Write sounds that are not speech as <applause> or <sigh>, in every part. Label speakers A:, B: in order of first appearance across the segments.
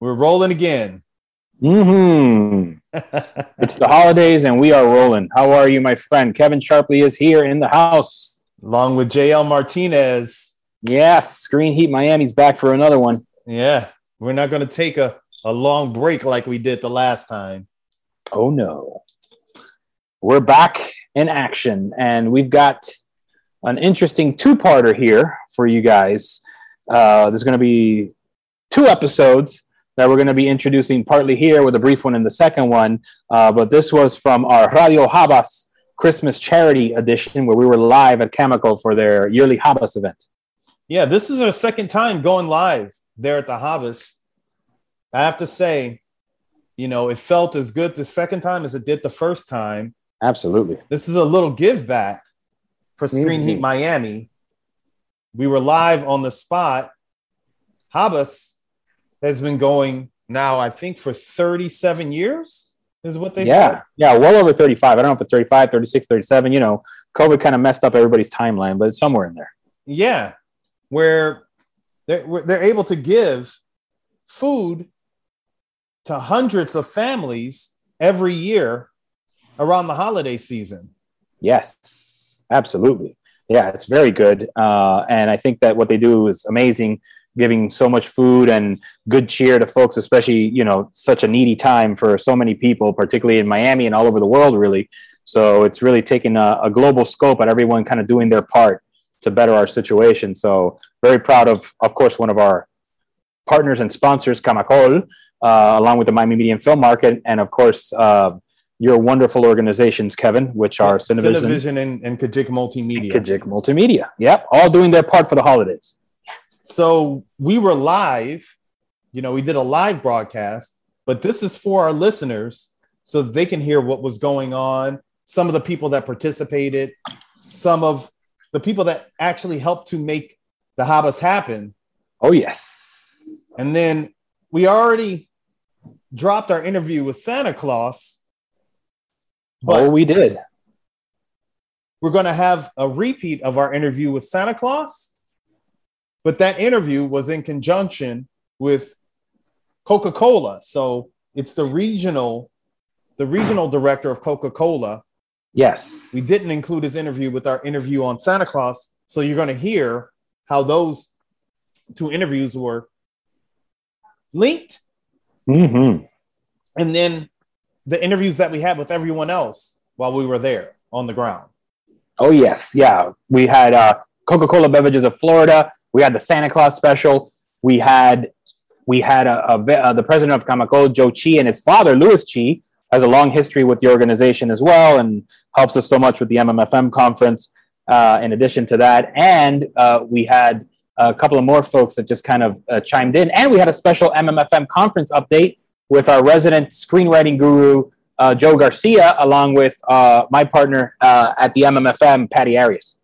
A: We're rolling again.
B: Mm-hmm. it's the holidays and we are rolling. How are you, my friend? Kevin Sharpley is here in the house.
A: Along with JL Martinez.
B: Yes, Green Heat Miami's back for another one.
A: Yeah, we're not going to take a, a long break like we did the last time.
B: Oh no. We're back in action and we've got an interesting two-parter here for you guys. Uh, there's going to be two episodes that we're going to be introducing partly here with a brief one in the second one. Uh, but this was from our Radio Habas Christmas charity edition where we were live at Chemical for their yearly Habas event.
A: Yeah, this is our second time going live there at the Habas. I have to say, you know, it felt as good the second time as it did the first time.
B: Absolutely.
A: This is a little give back for Screen
B: Mhm.
A: Heat Miami. We were live on the spot. Habas has been going now, I think, for 37 years, is what they
B: yeah.
A: said.
B: Yeah. Well over 35. I don't know if it's 35, 36, 37. You know, COVID kind of messed up everybody's timeline, but it's somewhere in there.
A: Yeah. Where they're, where they're able to give food to hundreds of families every year around the holiday season.
B: Yes. Absolutely. Yeah. It's very good. Uh, and I think that what they do is amazing, giving so much food and good cheer to folks, especially, you know, such a needy time for so many people, particularly in Miami and all over the world, really. So it's really taking a, a global scope at everyone kind of doing their part to better our situation. So very proud of, of course, one of our partners and sponsors, Camacol, uh, along with the Miami Media and Film Market, and of course, uh, your wonderful organizations, Kevin, which are Cinevision,
A: Cinevision and, and Kajik Multimedia.
B: Kajik Multimedia. Yep, all doing their part for the holidays.
A: So we were live, you know, we did a live broadcast, but this is for our listeners so that they can hear what was going on, some of the people that participated, some of the people that actually helped to make the Habas happen.
B: Oh yes,
A: And then we already dropped our interview with Santa Claus, but
B: oh we did.
A: we're going to have a repeat of our interview with Santa Claus. But that interview was in conjunction with Coca Cola. So it's the regional, the regional director of Coca Cola.
B: Yes,
A: We didn't include his interview with our interview on Santa Claus. So you're going to hear how those two interviews were linked.
B: Mm-hmm.
A: And then the interviews that we had with everyone else while we were there on the ground.
B: Oh yes, yeah. We had uh, Coca-Cola beverages of Florida. We had the Santa Claus special. We had we had a, a, ve- uh, the president of Kamako, Joe Chi, and his father, Louis Chi, has a long history with the organization as well, and helps us so much with the MMFM conference. Uh, in addition to that, and uh, we had a couple of more folks that just kind of uh, chimed in, and we had a special MMFM conference update with our resident screenwriting guru, uh, Joe Garcia, along with uh, my partner uh, at the MMFM, Patty Arias.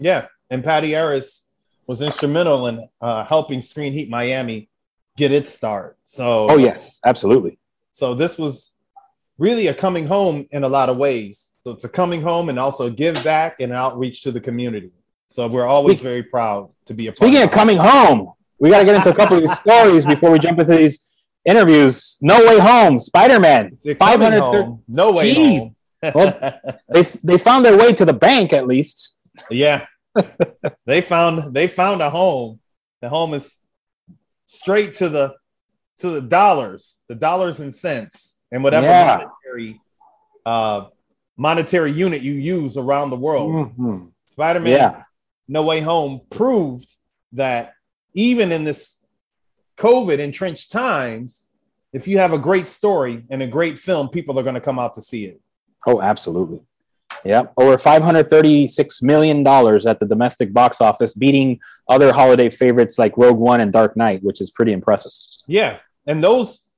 A: Yeah, and Patty Harris was instrumental in uh, helping Screen Heat Miami get its start. So,
B: Oh yes, absolutely.
A: so this was really a coming home in a lot of ways. So it's a coming home and also give back and outreach to the community. So we're always very proud to be a part.
B: Speaking of
A: it.
B: coming home, we got to get into a couple of these stories before we jump into these interviews. No way home, Spider Man.
A: It's a coming
B: 500.
A: home. No way
B: Jeez.
A: home. <laughs>
B: Well- They they found their way to the bank at least.
A: yeah, they found they found a home. The home is straight to the to the dollars, the dollars and cents, and whatever
B: Yeah.
A: monetary uh, monetary unit you use around the world.
B: Mhm.
A: Spider-Man:
B: Yeah,
A: No Way Home proved that even in this COVID entrenched times, if you have a great story and a great film, people are going to come out to see it.
B: Oh, absolutely. Yep. Over $536 million at the domestic box office, beating other holiday favorites like Rogue One and Dark Knight, which is pretty impressive.
A: Yeah, and those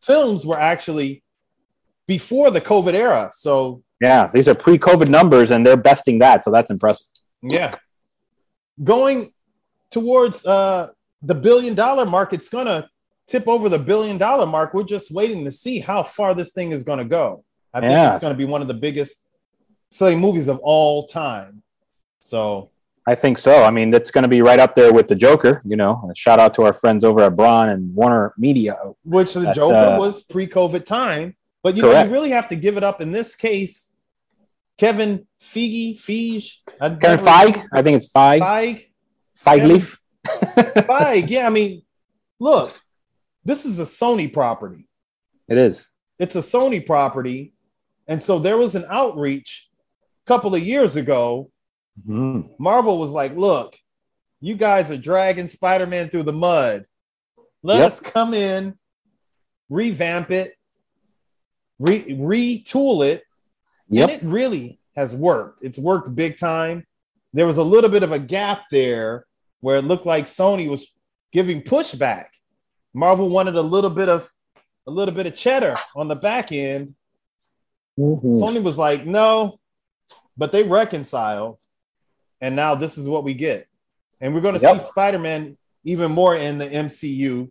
A: films were actually before the COVID era, so
B: Yeah, these are pre-COVID numbers, and they're besting that, so that's impressive.
A: Yeah. Going towards uh, the billion dollar mark, it's going to tip over the billion dollar mark. We're just waiting to see how far this thing is going to go. I think
B: Yeah.
A: it's going to be one of the biggest selling movies of all time. So
B: I think so. I mean, that's going to be right up there with the Joker. You know, And shout out to our friends over at Braun and Warner Media.
A: which the
B: That,
A: Joker
B: uh,
A: was pre-COVID time. But you know,
B: Correct.
A: you really have to give it up in this case. Kevin Feige, Feige, I
B: Kevin
A: never-
B: Feige, I think it's Feige,
A: Feige,
B: Feige Leaf.
A: Feige. Yeah, I mean, look, this is a Sony property.
B: It is.
A: It's a Sony property, and so there was an outreach a couple of years ago.
B: Mhm.
A: Marvel was like, "Look, you guys are dragging Spider-Man through the mud. Let
B: Yep.
A: us come in, revamp it, re- retool it,
B: Yep.
A: And it really has worked. It's worked big time. There was a little bit of a gap there where it looked like Sony was giving pushback. Marvel wanted a little bit of a little bit of cheddar on the back end.
B: Mhm.
A: Sony was like, "No." But they reconciled. And now this is what we get. And we're going to
B: Yep.
A: see Spider-Man even more in the MCU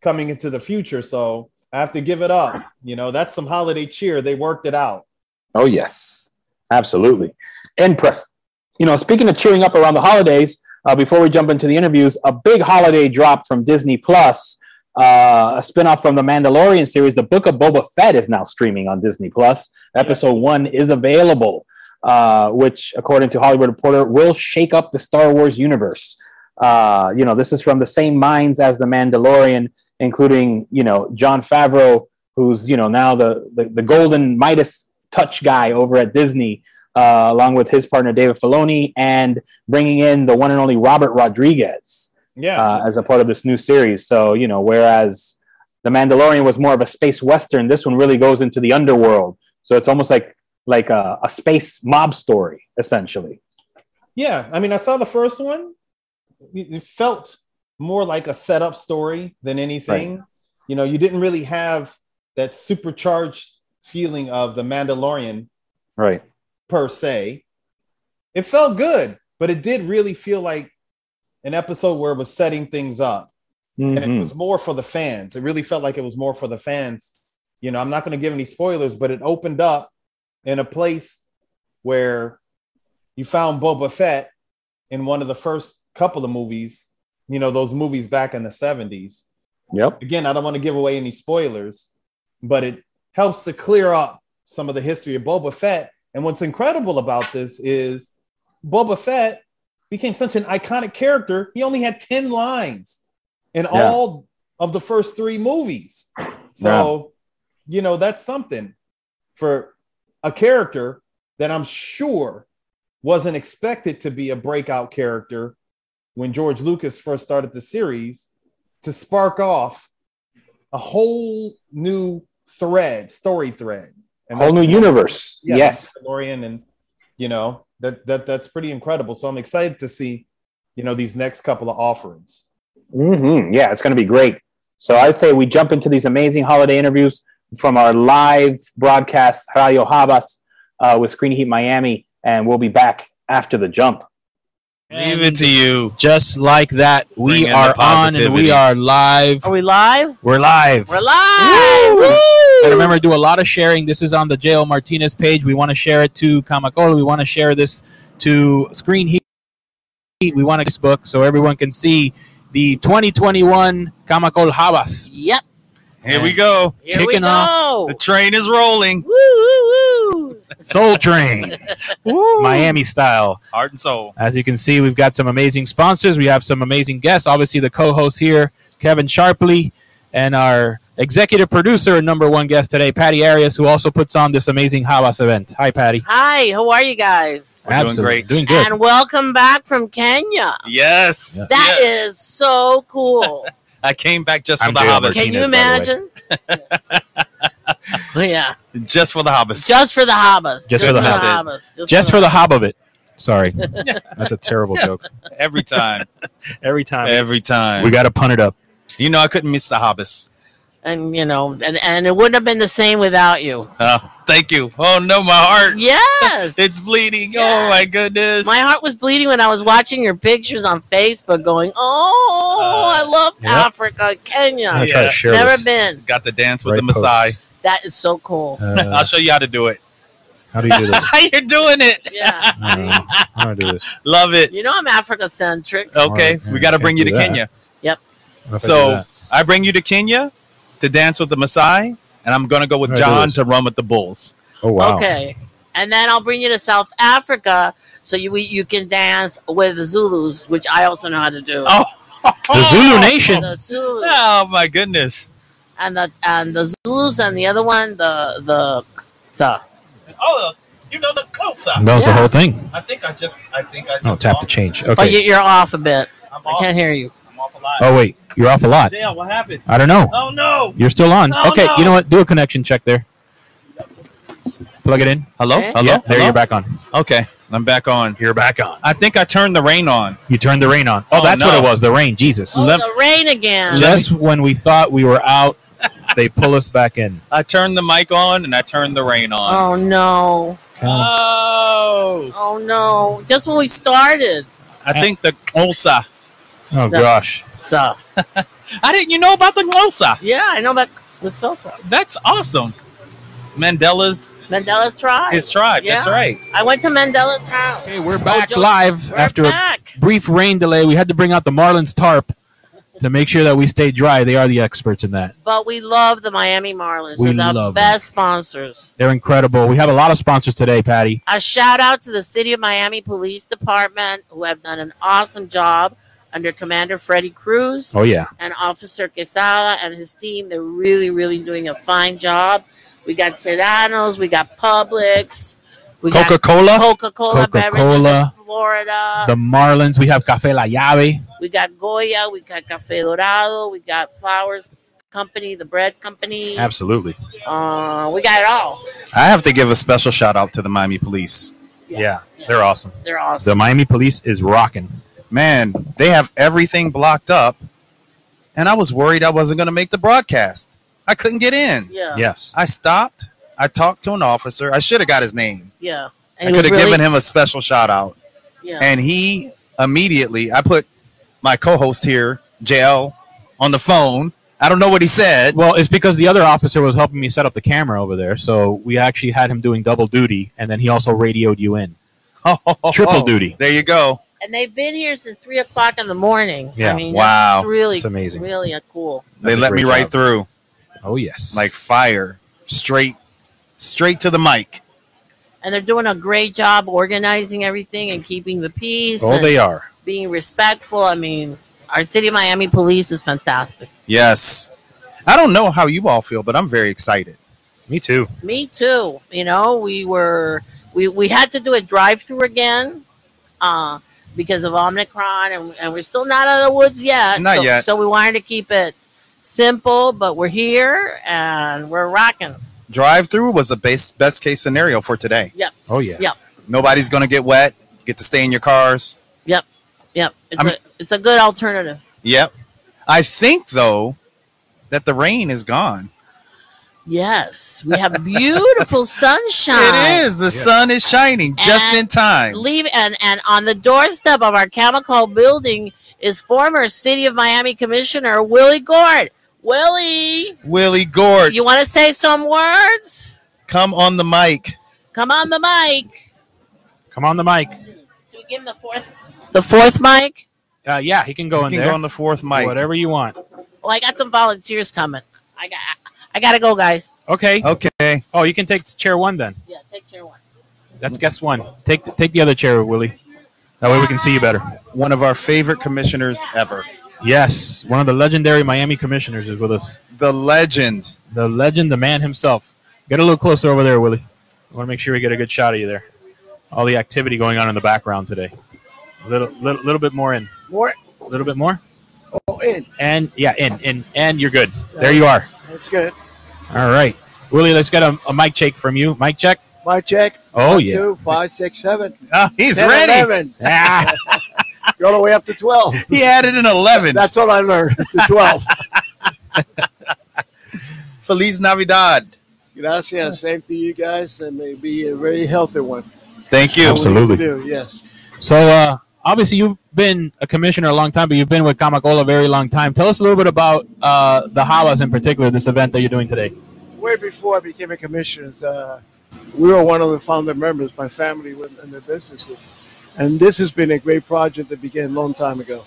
A: coming into the future, so I have to give it up. You know, that's some holiday cheer. They worked it out.
B: Oh yes, absolutely. And press. You know, speaking of cheering up around the holidays, uh, before we jump into the interviews, a big holiday drop from Disney Plus, uh, a spinoff from the Mandalorian series, The Book of Boba Fett is now streaming on Disney Plus. Episode one is available, uh, which, according to Hollywood Reporter, will shake up the Star Wars universe. Uh, you know, this is from the same minds as the Mandalorian, including you know John Favreau, who's you know now the the, the golden Midas touch guy over at Disney, uh, along with his partner David Filoni, and bringing in the one and only Robert Rodriguez
A: Yeah.
B: uh, as a part of this new series. So you know, whereas the Mandalorian was more of a space western, this one really goes into the underworld. So it's almost like like a, a space mob story, essentially.
A: Yeah, I mean, I saw the first one. It it felt more like a setup story than anything. You know, you didn't really have that supercharged feeling of the Mandalorian
B: Right.
A: per se. It felt good, but it did really feel like an episode where it was setting things up. And
B: Mm-hmm.
A: it was more for the fans. It really felt like it was more for the fans. You know, I'm not going to give any spoilers, but it opened up in a place where you found Boba Fett in one of the first couple of movies, you know, those movies back in the 70s.
B: Yep.
A: Again, I don't want to give away any spoilers, but it helps to clear up some of the history of Boba Fett. And what's incredible about this is Boba Fett became such an iconic character. He only had 10 lines in
B: Yeah.
A: all of the first three movies. So, you know, that's something for a character that I'm sure wasn't expected to be a breakout character when George Lucas first started the series to spark off a whole new thread, story thread. And
B: Whole
A: that's-
B: new universe.
A: yeah,
B: yes.
A: Mandalorian and you know that that that's pretty incredible. So I'm excited to see you know these next couple of offerings.
B: hmm Yeah, it's going to be great. So I say we jump into these amazing holiday interviews from our live broadcast, Radio Habas, uh, with Screen Heat Miami, and we'll be back after the jump.
C: Leave it to you. Just like that,
D: Bring
C: we
D: in
C: are
D: the
C: on and we
D: positivity.
C: are live.
E: Are we live?
C: We're live.
E: We're live!
C: And remember, do a lot of sharing. This is on the JL Martinez page. We want to share it to Kamakolo. We want to share this to Screen Heat. We want to this book so everyone can see the 2021 Kamakol Habas
E: Yep,
D: Here we go.
E: here we
C: Kicking off
E: go.
D: The train is rolling.
E: Woo, woo, woo.
C: Soul Train <laughs> Miami style.
D: Heart and soul.
C: As you can see, we've got some amazing sponsors. We have some amazing guests. Obviously, the co-host here, Kevin Sharpley, and our executive producer and number one guest today, Patty Arias, who also puts on this amazing Hawas event. Hi, Patty.
E: Hi, how are you guys?
D: We're doing great.
C: Doing good.
E: And welcome back from Kenya.
D: Yes.
E: That is
D: Yes.
E: so cool.
D: I came back just for
C: I'm
D: the
C: Jay
D: hobbits.
C: Martinez,
E: Can you
C: by <laughs> the <laughs>
E: imagine? yeah,
D: Just for the hobbits.
E: just for the hobbas.
C: Just for the
D: hobbas.
E: hobbas.
C: Just for the hob of it.
E: <laughs>
C: Sorry. That's a terrible joke.
F: <laughs>
D: every time.
C: Every time.
D: Every time.
C: We got to punt it up.
D: you know I couldn't miss the hobbits.
E: and you know, and, and it wouldn't have been the same without
D: <laughs>
E: you.
D: Uh, thank you. Oh no, my heart.
E: Yes,
D: It's bleeding. Oh
E: Yes.
D: my goodness.
E: My heart was bleeding when I was watching your pictures on Facebook going, Oh,
D: Uh,
E: I love
C: yep.
E: Africa,
C: I'm
E: Kenya.
C: going to try to share
E: Never
C: this.
E: been.
D: got to dance with
C: Right
D: the Maasai.
C: post.
E: <laughs> That is so cool.
C: Uh,
D: I'll show you <laughs> how to do it.
F: How do you do this?
D: You're doing it.
C: <laughs>
E: Yeah.
F: I don't know. How do I do this?
D: Love it.
E: You know I'm Africa centric.
D: Okay,
F: Alright,
D: we got to
F: yeah,
D: bring you to
F: can't do that.
D: Kenya.
F: How do I
D: So-
F: do that?
D: I bring you to Kenya to dance with the Maasai, and I'm going to go with
F: Alright, do
D: John
F: this.
D: to run with the Bulls.
F: oh wow.
E: Okay. And then I'll bring you to South Africa so you you can dance with the Zulus, which I also know how to do.
D: Oh,
C: The Zulu Nation.
E: The Zulus
D: Oh my goodness!
E: and the and the Zulus and the other one, the the so,
D: Oh, you know the Kosa.
F: That was
E: Oh, Yeah.
F: the whole thing.
D: I think I just, I think I
F: Oh, tap the change. Okay.
E: Oh, you, you're off a bit.
D: I'm
E: I can't hear you.
D: I'm off alive.
F: Oh wait, you're off a lot.
D: Jail, what happened?
F: I don't know.
D: Oh no!
C: You're still on.
D: Oh,
C: okay,
D: no.
C: you know what? Do a connection check there. Plug it in.
D: Hello,
E: Okay.
D: hello.
C: yeah, there
D: hello?
C: you're back on.
D: Okay, I'm back on.
C: You're back on.
D: I think I turned the rain on.
C: You turned the rain on. Oh,
D: Oh,
C: that's what
D: no.
C: it was. The rain. Jesus.
E: Oh,
D: Lem-
E: the rain again.
C: Just when we thought we were out, they pull us back in.
D: I turned the mic on and I turned the rain on.
E: Oh no.
D: Oh,
E: Oh no. Just when we started.
D: I think the Kosa.
C: Oh
E: No.
C: gosh.
E: So
D: I didn't. You know about the Kosa?
E: yeah, I know about the Sosa.
D: That's awesome. Mandela's
E: Mandela's tribe.
D: his tribe. That's
E: Yeah.
D: right.
E: I went to Mandela's house.
C: Okay, we're
E: back
C: back live
E: We're
C: after a
E: back.
C: brief rain delay. We had to bring out the Marlins tarp to make sure that we stay dry. They are the experts in that.
E: But we love the Miami Marlins.
C: We
E: They're the
C: love them.
E: best sponsors.
C: They're incredible. We have a lot of sponsors today, Patty.
E: A shout out to the City of Miami Police Department, who have done an awesome job under Commander Freddie Cruz
C: Oh yeah.
E: and Officer Quesada and his team. They're really, really doing a fine job. We got Sedanos, we got Publix, we got
D: Cola.
E: Coca Cola beverages in
C: Coca-Cola.
E: Florida.
C: The Marlins. We have Cafe La Llave.
E: We got Goya, we got Cafe Dorado, we got Flowers Company, the Bread Company.
C: Absolutely.
E: Uh, we got it all.
D: I have to give a special shout out to the Miami Police.
E: Yeah. Yeah.
C: They're awesome.
E: They're
C: The
E: awesome.
C: Miami Police is rocking.
D: Man, they have everything blocked up, and I was worried I wasn't going to make the broadcast. I couldn't get in.
E: yeah. Yeah.
C: Yes.
D: I stopped. I talked to an officer. I should have got his name.
E: he
D: I
E: was
D: could have
E: really-
D: given him a special shout out.
E: Yeah.
D: And he immediately, I put my co host here, JL, on the phone. I don't know what he said. <laughs>
C: Well, it's because the other officer was helping me set up the camera over there, so we actually had him doing double duty, and then he also radioed you in. Triple duty.
D: Oh, There you go.
E: and they've been here since three o'clock in the morning. I
C: Yeah.
E: mean,
D: Wow.
E: That's really,
C: It's amazing.
E: Really a cool.
D: They
C: That's a
D: let me
C: great
D: right
C: job.
D: through
C: Oh yes.
D: like fire, straight, straight to the mic.
E: And they're doing a great job organizing everything and keeping the peace
C: oh,
E: and
C: they are.
E: being respectful. I mean, our city of Miami police is fantastic.
D: Yes. I don't know how you all feel, but I'm very excited.
C: Me too.
E: Me too. You know, we were we, we had to do a drive through again, uh, because of Omicron, and, and we're still not out of the woods yet.
D: Not
E: so,
D: yet.
E: So we wanted to keep it simple, but we're here and we're rocking.
D: Drive through was the best best case scenario for today.
C: Oh yeah.
E: Yeah.
D: Nobody's gonna get wet. Get to stay in your cars.
E: Yep, it's
D: I'm-
E: a it's a good alternative.
D: Yep. I think though that the rain is gone.
E: Yes, we
D: <laughs>
E: have beautiful sunshine.
D: It is. The sun is shining just
E: And
D: in time.
E: leave and and on the doorstep of our chemical building is former city of miami commissioner willie gord willie
D: Willie Gord,
E: you want to say some words
D: come on the mic.
E: come on the mic
C: Come on the mic.
E: do we give him the fourth the fourth mic
C: Uh, yeah, he can go
D: you
C: in
D: can
C: there.
D: go on the fourth mic.
C: Whatever you want.
E: well i got some volunteers coming i got i gotta go guys
C: Okay.
D: Okay.
C: Oh, you can take chair one then.
E: yeah take care one
C: That's guest one. Take take the other chair, Willie. That way we can see you better.
D: One of our favorite commissioners ever.
C: Yes, one of the legendary Miami commissioners is with us.
D: The legend.
C: The legend, the man himself. Get a little closer over there, Willie. I want to make sure we get a good shot of you there. All the activity going on in the background today. A little, little, little bit more in.
G: More?
C: A little bit more.
G: Oh, in.
C: And yeah, in, in, and you're good. There you are.
G: That's good.
C: All right, Willie. Let's get a, a mic check from you. Mic check.
G: My check.
C: Oh
G: One,
C: yeah.
G: Two, five, six, seven.
D: Ah, he's
G: 10,
D: ready.
G: 11.
C: Ah,
G: You're all the way up
C: <laughs>
G: to 12.
D: He added an 11.
G: That's all I learned. To 12.
D: Feliz Navidad.
G: <laughs> Gracias. Same to you guys, and may be a very healthy one.
D: Thank you.
C: Absolutely.
G: What you do, yes.
C: so uh, obviously you've been a commissioner a long time, but you've been with Comicola a very long time. Tell us a little bit about uh, the Halas in particular, this event that you're doing today.
G: Way before I became a commissioner, uh, we were one of the founder members, my family with- and their businesses. And this has been a great project that began a long time ago.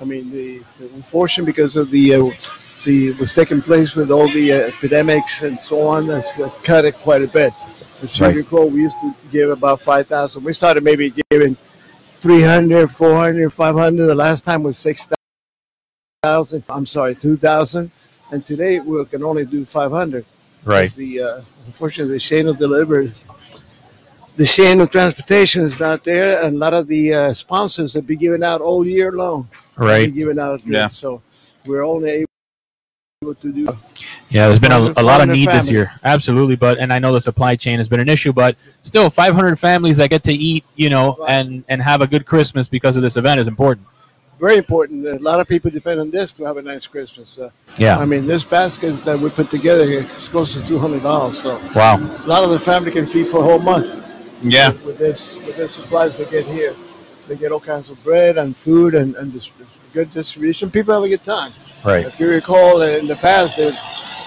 G: I mean, the, the unfortunate because of the uh, the what's taking place with all the uh, epidemics and so on that's uh, cut it quite a bit. If you
H: Right.
G: recall, we used to give about 5,000. We started maybe giving 300, 400, 500. The last time was 6,000. I'm sorry, 2,000. And today we can only do 500.
I: Right.
G: It's The uh, unfortunately, the chain of delivery, the chain of transportation is not there, and a lot of the uh, sponsors have been giving out all year long.
I: Right.
G: They've been giving out, uh,
J: Yeah.
G: So we're only able to do.
C: Yeah, there's been a, a lot of
G: Farm to
C: need this
G: family.
C: year. Absolutely, but and I know the supply chain has been an issue, but still 500 families that get to eat, you know,
G: Right.
C: and and have a good Christmas because of this event is important.
G: Very important. A lot of people depend on this to have a nice Christmas. Uh,
I: Yeah.
G: I mean, this basket that we put together is close to two hundred dollars. So
I: Wow.
G: a lot of the family can feed for a whole month.
J: Yeah.
G: with this with the supplies they get here. They get all kinds of bread and food and, and dis- good distribution. People have a good time.
I: Right.
G: If you recall, in the past, they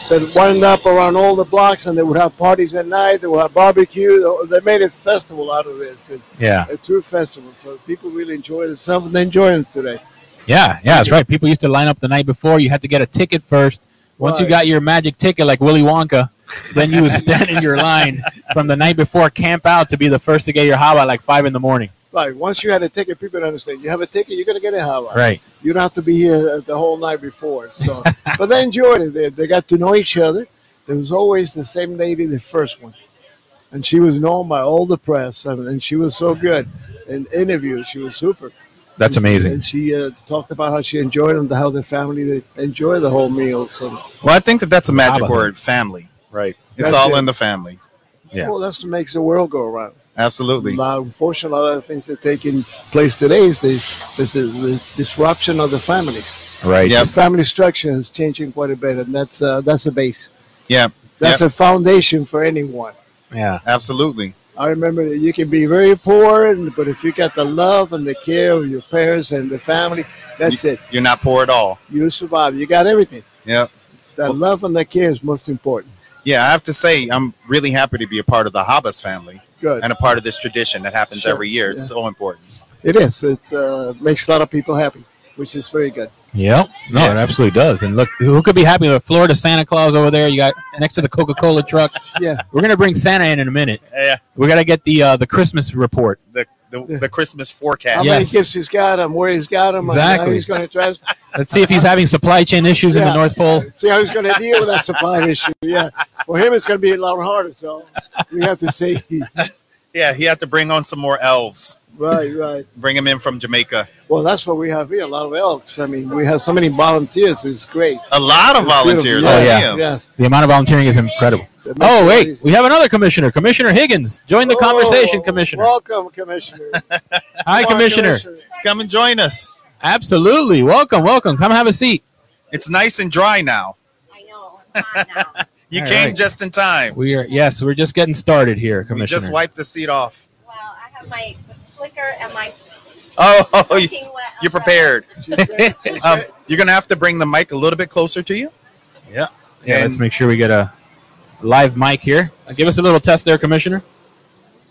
G: they'd wind up around all the blocks and they would have parties at night. They would have barbecue. They they made a festival out of this, a,
I: Yeah.
G: a true festival. So people really enjoy themselves and they're enjoying it today.
C: Yeah, yeah, that's right. People used to line up the night before. You had to get a ticket first. Once you
G: Right.
C: got your magic ticket, like Willy Wonka, then you would stand in your line from the night before, camp out to be the first to get your hava at like five in the morning.
G: Like once you had a ticket, people don't understand. You have a ticket, you're gonna get a highlight.
C: Right.
G: You don't have to be here uh, the whole night before. So, <laughs> but they enjoyed it. They, they got to know each other. There was always the same lady, the first one, and she was known by all the press, and, and she was so good in interviews. She was super.
I: That's amazing.
G: And she uh, talked about how she enjoyed it and how the family they enjoy the whole meal. So,
J: Well, I think that that's a magic
I: Baba.
J: word, family.
I: Right.
J: It's
G: That's
J: all
G: it.
J: in the family.
I: Yeah.
G: well, that's what makes the world go around.
J: Absolutely.
G: Now, unfortunately, a lot of the things that are taking place today is the, is the, the disruption of the families.
I: Right.
J: Yep.
G: The family structure is changing quite a bit, and that's uh, that's a base.
J: Yeah.
G: That's a foundation for anyone.
I: Yeah.
J: Absolutely.
G: I remember that you can be very poor, and, but if you got the love and the care of your parents and the family, that's it.
J: You're not poor at all.
G: You survive. You got everything.
J: Yeah.
G: The love and the care is most important.
J: Yeah, I have to say, I'm really happy to be a part of the Habas family
G: Good.
J: and a part of this tradition that happens
G: Sure.
J: every year. It's so important.
G: It is. It uh, makes a lot of people happy, which is very good.
I: Yep.
C: No, it absolutely does. And look, who could be happy with Florida Santa Claus over there? You got next to the Coca Cola truck.
G: Yeah.
C: We're gonna bring Santa in in a minute.
J: Yeah,
C: We gotta get the uh, the Christmas report.
J: the the, the Christmas
G: How
J: forecast.
G: many
C: Yes.
G: gifts he's got him, where he's got him, how
C: Exactly.
G: he's going to trans-
C: Let's see if he's having supply chain issues in the
G: Yeah.
C: North Pole.
G: see how he's going to deal with that supply <laughs> issue. Yeah. For him, it's going to be a lot harder. So we have to see. <laughs>
J: Yeah, he had to bring on some more elves.
G: right, right.
J: Bring them in from Jamaica.
G: Well, that's what we have here. A lot of elks. I mean, we have so many volunteers. It's great.
J: A lot of
G: It's beautiful.
J: volunteers.
G: Yes,
J: I
C: Oh,
J: see
C: yeah.
J: 'em.
G: Yes.
C: The amount of volunteering is incredible.
G: That makes
C: Oh
G: it
C: wait,
G: easy.
C: we have another commissioner, Commissioner Higgins. Join the conversation,
G: Oh,
C: Commissioner.
G: Welcome, Commissioner.
C: Hi,
G: Come on,
C: Commissioner.
J: Come and join us.
C: Absolutely. Welcome, welcome. Come have a seat.
J: It's nice and dry now.
E: I know. Come on now.
J: You
C: All
J: came
C: right.
J: just in time.
C: We are yes, we're just getting started here,
J: We
C: Commissioner.
J: just wiped the seat off.
K: Well, I have my slicker and my
J: Oh, <laughs> you-
K: soaking wet.
J: you're
K: umbrella.
J: prepared.
C: <laughs>
G: She's- she's-
J: Um, you're gonna have to bring the mic a little bit closer to you.
C: yeah, let's
J: and-
C: make sure we get a live mic here. Uh, give us a little test there, Commissioner.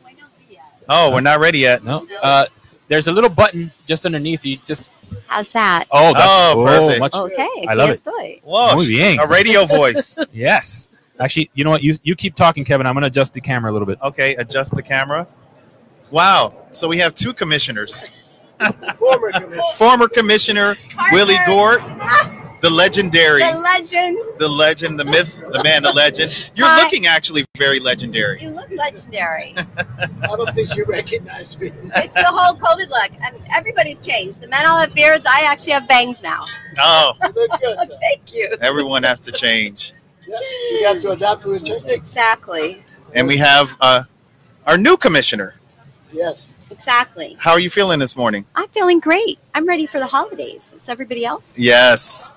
K: Why not be yet?
J: Oh, we're not ready yet.
C: No. Uh, there's a little button just underneath you. Just
K: How's that?
C: oh, that's
J: Oh, perfect. Oh,
C: much-
K: Okay,
C: I love
K: yes, estoy.
J: Whoa,
C: Muy bien.
J: a radio voice.
C: yes. Actually, you know what? You you keep talking, Kevin. I'm gonna adjust the camera a little bit.
J: Okay, adjust the camera. Wow. So we have two commissioners.
G: Former commissioner.
J: Former commissioner Willie Gort, the legendary,
K: Ah. The legend.
J: the legend, the myth, the man, the legend. You're
K: Hi.
J: looking actually very legendary.
K: You look legendary.
G: I don't think she recognized me. <laughs>
K: it's the whole COVID look, and everybody's changed. The men all have beards. I actually have bangs now.
J: Oh,
G: You look good. though.
K: Thank you.
J: everyone has to change.
G: Yeah, You got to adapt to the techniques.
K: Exactly.
J: And we have uh, our new commissioner.
G: Yes.
K: Exactly.
J: How are you feeling this morning?
K: I'm feeling great. I'm ready for the holidays. Is everybody else?
J: Yes.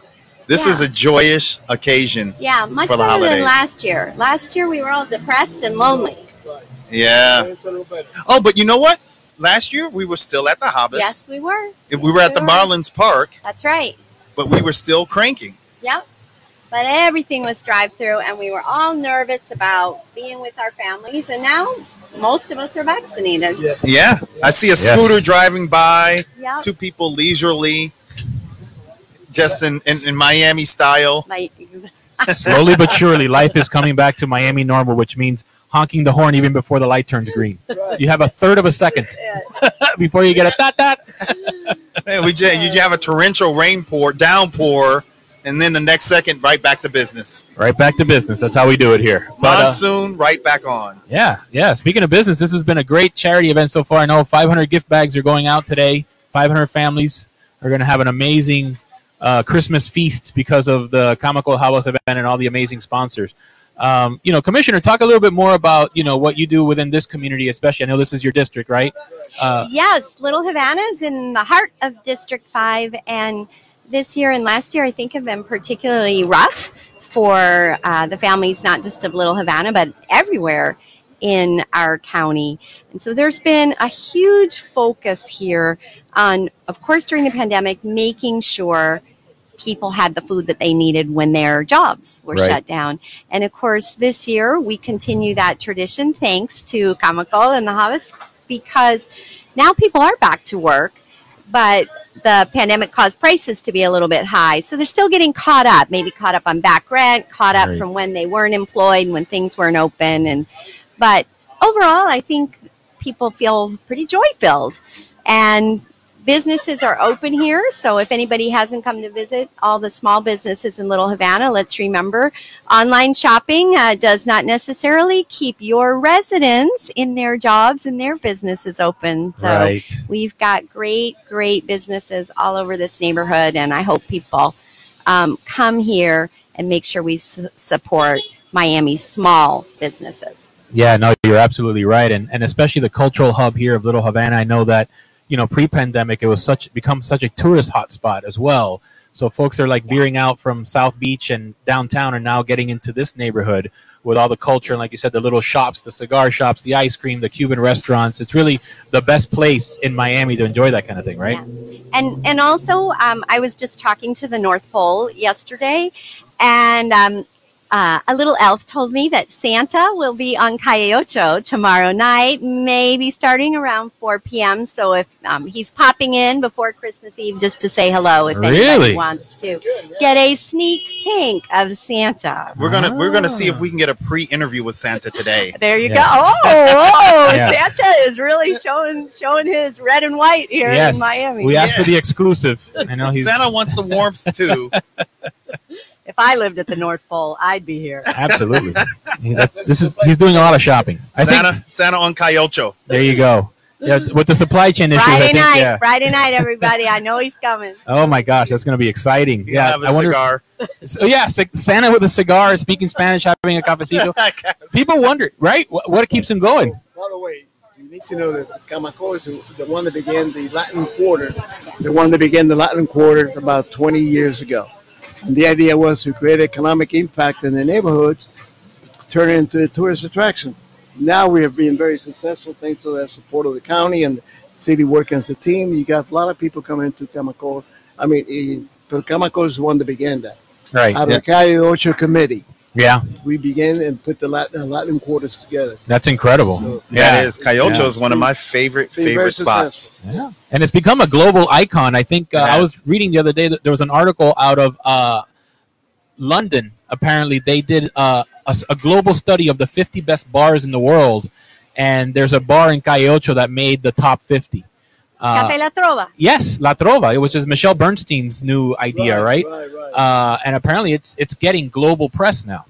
J: This
K: Yeah.
J: is a joyous occasion.
K: Yeah, much
J: For
K: better
J: the
K: than
J: holidays.
K: last year. Last year we were all depressed and lonely.
J: Uh,
G: Right.
J: Yeah.
G: It's a little better.
J: Oh, but you know what? Last year we were still at the Hobbits.
K: Yes, we were.
J: We were at the Marlins Park,
K: That's right.
J: but we were still cranking.
K: Yep. but everything was drive through, and we were all nervous about being with our families. And now most of us are vaccinated.
G: Yes.
J: Yeah, I see a
L: Yes.
J: scooter driving by,
K: Yep.
J: two people leisurely, just in, in, in
C: <laughs>
J: Miami style.
K: My,
C: Slowly but surely, life is coming back to Miami normal, which means honking the horn even before the light turns green. You have a third of a second <laughs> before you get a dot dot.
J: Hey, we just, you have a torrential rain pour, downpour, and then the next second, right back to business.
C: Right back to business. That's how we do it here. But, uh,
J: Monsoon, right back on.
C: Yeah, yeah. Speaking of business, this has been a great charity event so far. I know 500 gift bags are going out today. 500 families are going to have an amazing uh, Christmas feast because of the Comical Habas event and all the amazing sponsors. Um, you know, Commissioner, talk a little bit more about you know what you do within this community, especially. I know this is your district, right? Uh,
K: yes, Little Havana's in the heart of District 5. And this year and last year, I think, have been particularly rough for uh, the families, not just of Little Havana, but everywhere in our county. And so there's been a huge focus here on, of course, during the pandemic, making sure people had the food that they needed when their jobs were
L: Right.
K: shut down. And of course, this year we continue that tradition thanks to Kamako and the Havas because now people are back to work, but the pandemic caused prices to be a little bit high. So they're still getting caught up, maybe caught up on back rent, caught up
L: Right.
K: from when they weren't employed, when things weren't open. And, but overall, I think people feel pretty joy filled and businesses are open here. So if anybody hasn't come to visit all the small businesses in Little Havana, let's remember online shopping uh, does not necessarily keep your residents in their jobs and their businesses open. So
L: Right.
K: we've got great, great businesses all over this neighborhood, and I hope people um, come here and make sure we s- support Miami's small businesses.
C: Yeah, no, you're absolutely right, and and especially the cultural hub here of Little Havana. I know that you know pre-pandemic it was such become such a tourist hotspot as well. So folks are like veering out from South Beach and downtown, and now getting into this neighborhood with all the culture and, like you said, the little shops, the cigar shops, the ice cream, the Cuban restaurants. It's really the best place in Miami to enjoy that kind of thing, right?
K: and and also um, I was just talking to the North Pole yesterday, and um, uh, a little elf told me that Santa will be on Cayocho tomorrow night, maybe starting around 4 p.m. So if um, he's popping in before Christmas Eve, just to say hello if
C: Really?
K: anybody wants to get a sneak peek of Santa.
J: We're gonna we're gonna see if
K: Ah.
J: we can get a pre-interview with Santa
C: <laughs>
J: today.
K: There you
C: Yes.
K: go. Oh,
C: <laughs>
K: oh
C: Yeah.
K: Santa is really showing showing his red and white here
C: yes,
K: in Miami.
C: we asked for
J: Yeah.
C: the exclusive. I
J: <laughs>
C: know Oh, he's
J: Santa wants the
C: <laughs>
J: warmth too.
K: if I lived at the North Pole, I'd be here.
C: absolutely. That's, this is he's doing a lot of shopping. I think
J: Santa Santa on Cayocho.
C: There you go. Yeah, with the supply chain issues, I
K: Mm. Friday
C: think.
K: night,
C: Yeah. <laughs>
K: Friday night, everybody. I know he's coming.
C: Oh my gosh, that's going to be exciting.
J: Yeah,
C: Yeah,
J: have a
C: I wonder.
J: <laughs> cigar.
C: So, yeah, c- Santa with a cigar, speaking Spanish, having a
J: <laughs>
C: cafecito. People wonder, right? What, what keeps him going?
G: By the way, you need to know that Camaco is the one that began the Latin Quarter, the one that began the Latin Quarter about 20 years ago. And the idea was to create economic impact in the neighborhoods, turn it into a tourist attraction. Now we have been very successful thanks to the support of the county and the city working as a team. You got a lot of people coming to Camaco. I mean, eh, but Camaco is the one that began that.
C: Right.
G: Out of the Calle Ocho Committee,
C: Uh, Yeah,
G: we began and put the Latin, Latin quarters together.
C: that's incredible.
J: That is Cayocho
C: Yeah.
J: is one of my favorite
G: Be very
J: favorite spots.
G: successful.
C: Yeah. And it's become a global icon. I think uh,
J: It
C: I
J: has.
C: was reading the other day that there was an article out of uh, London. Apparently, they did uh, a, s- a global study of the 50 best bars in the world, and there's a bar in Cayocho that made the top 50. Uh,
K: Cafe La Trova.
C: Yes, La Trova, which is Michelle Bernstein's new idea, right?
G: Right, right.
C: Uh, and apparently, it's it's getting global press now.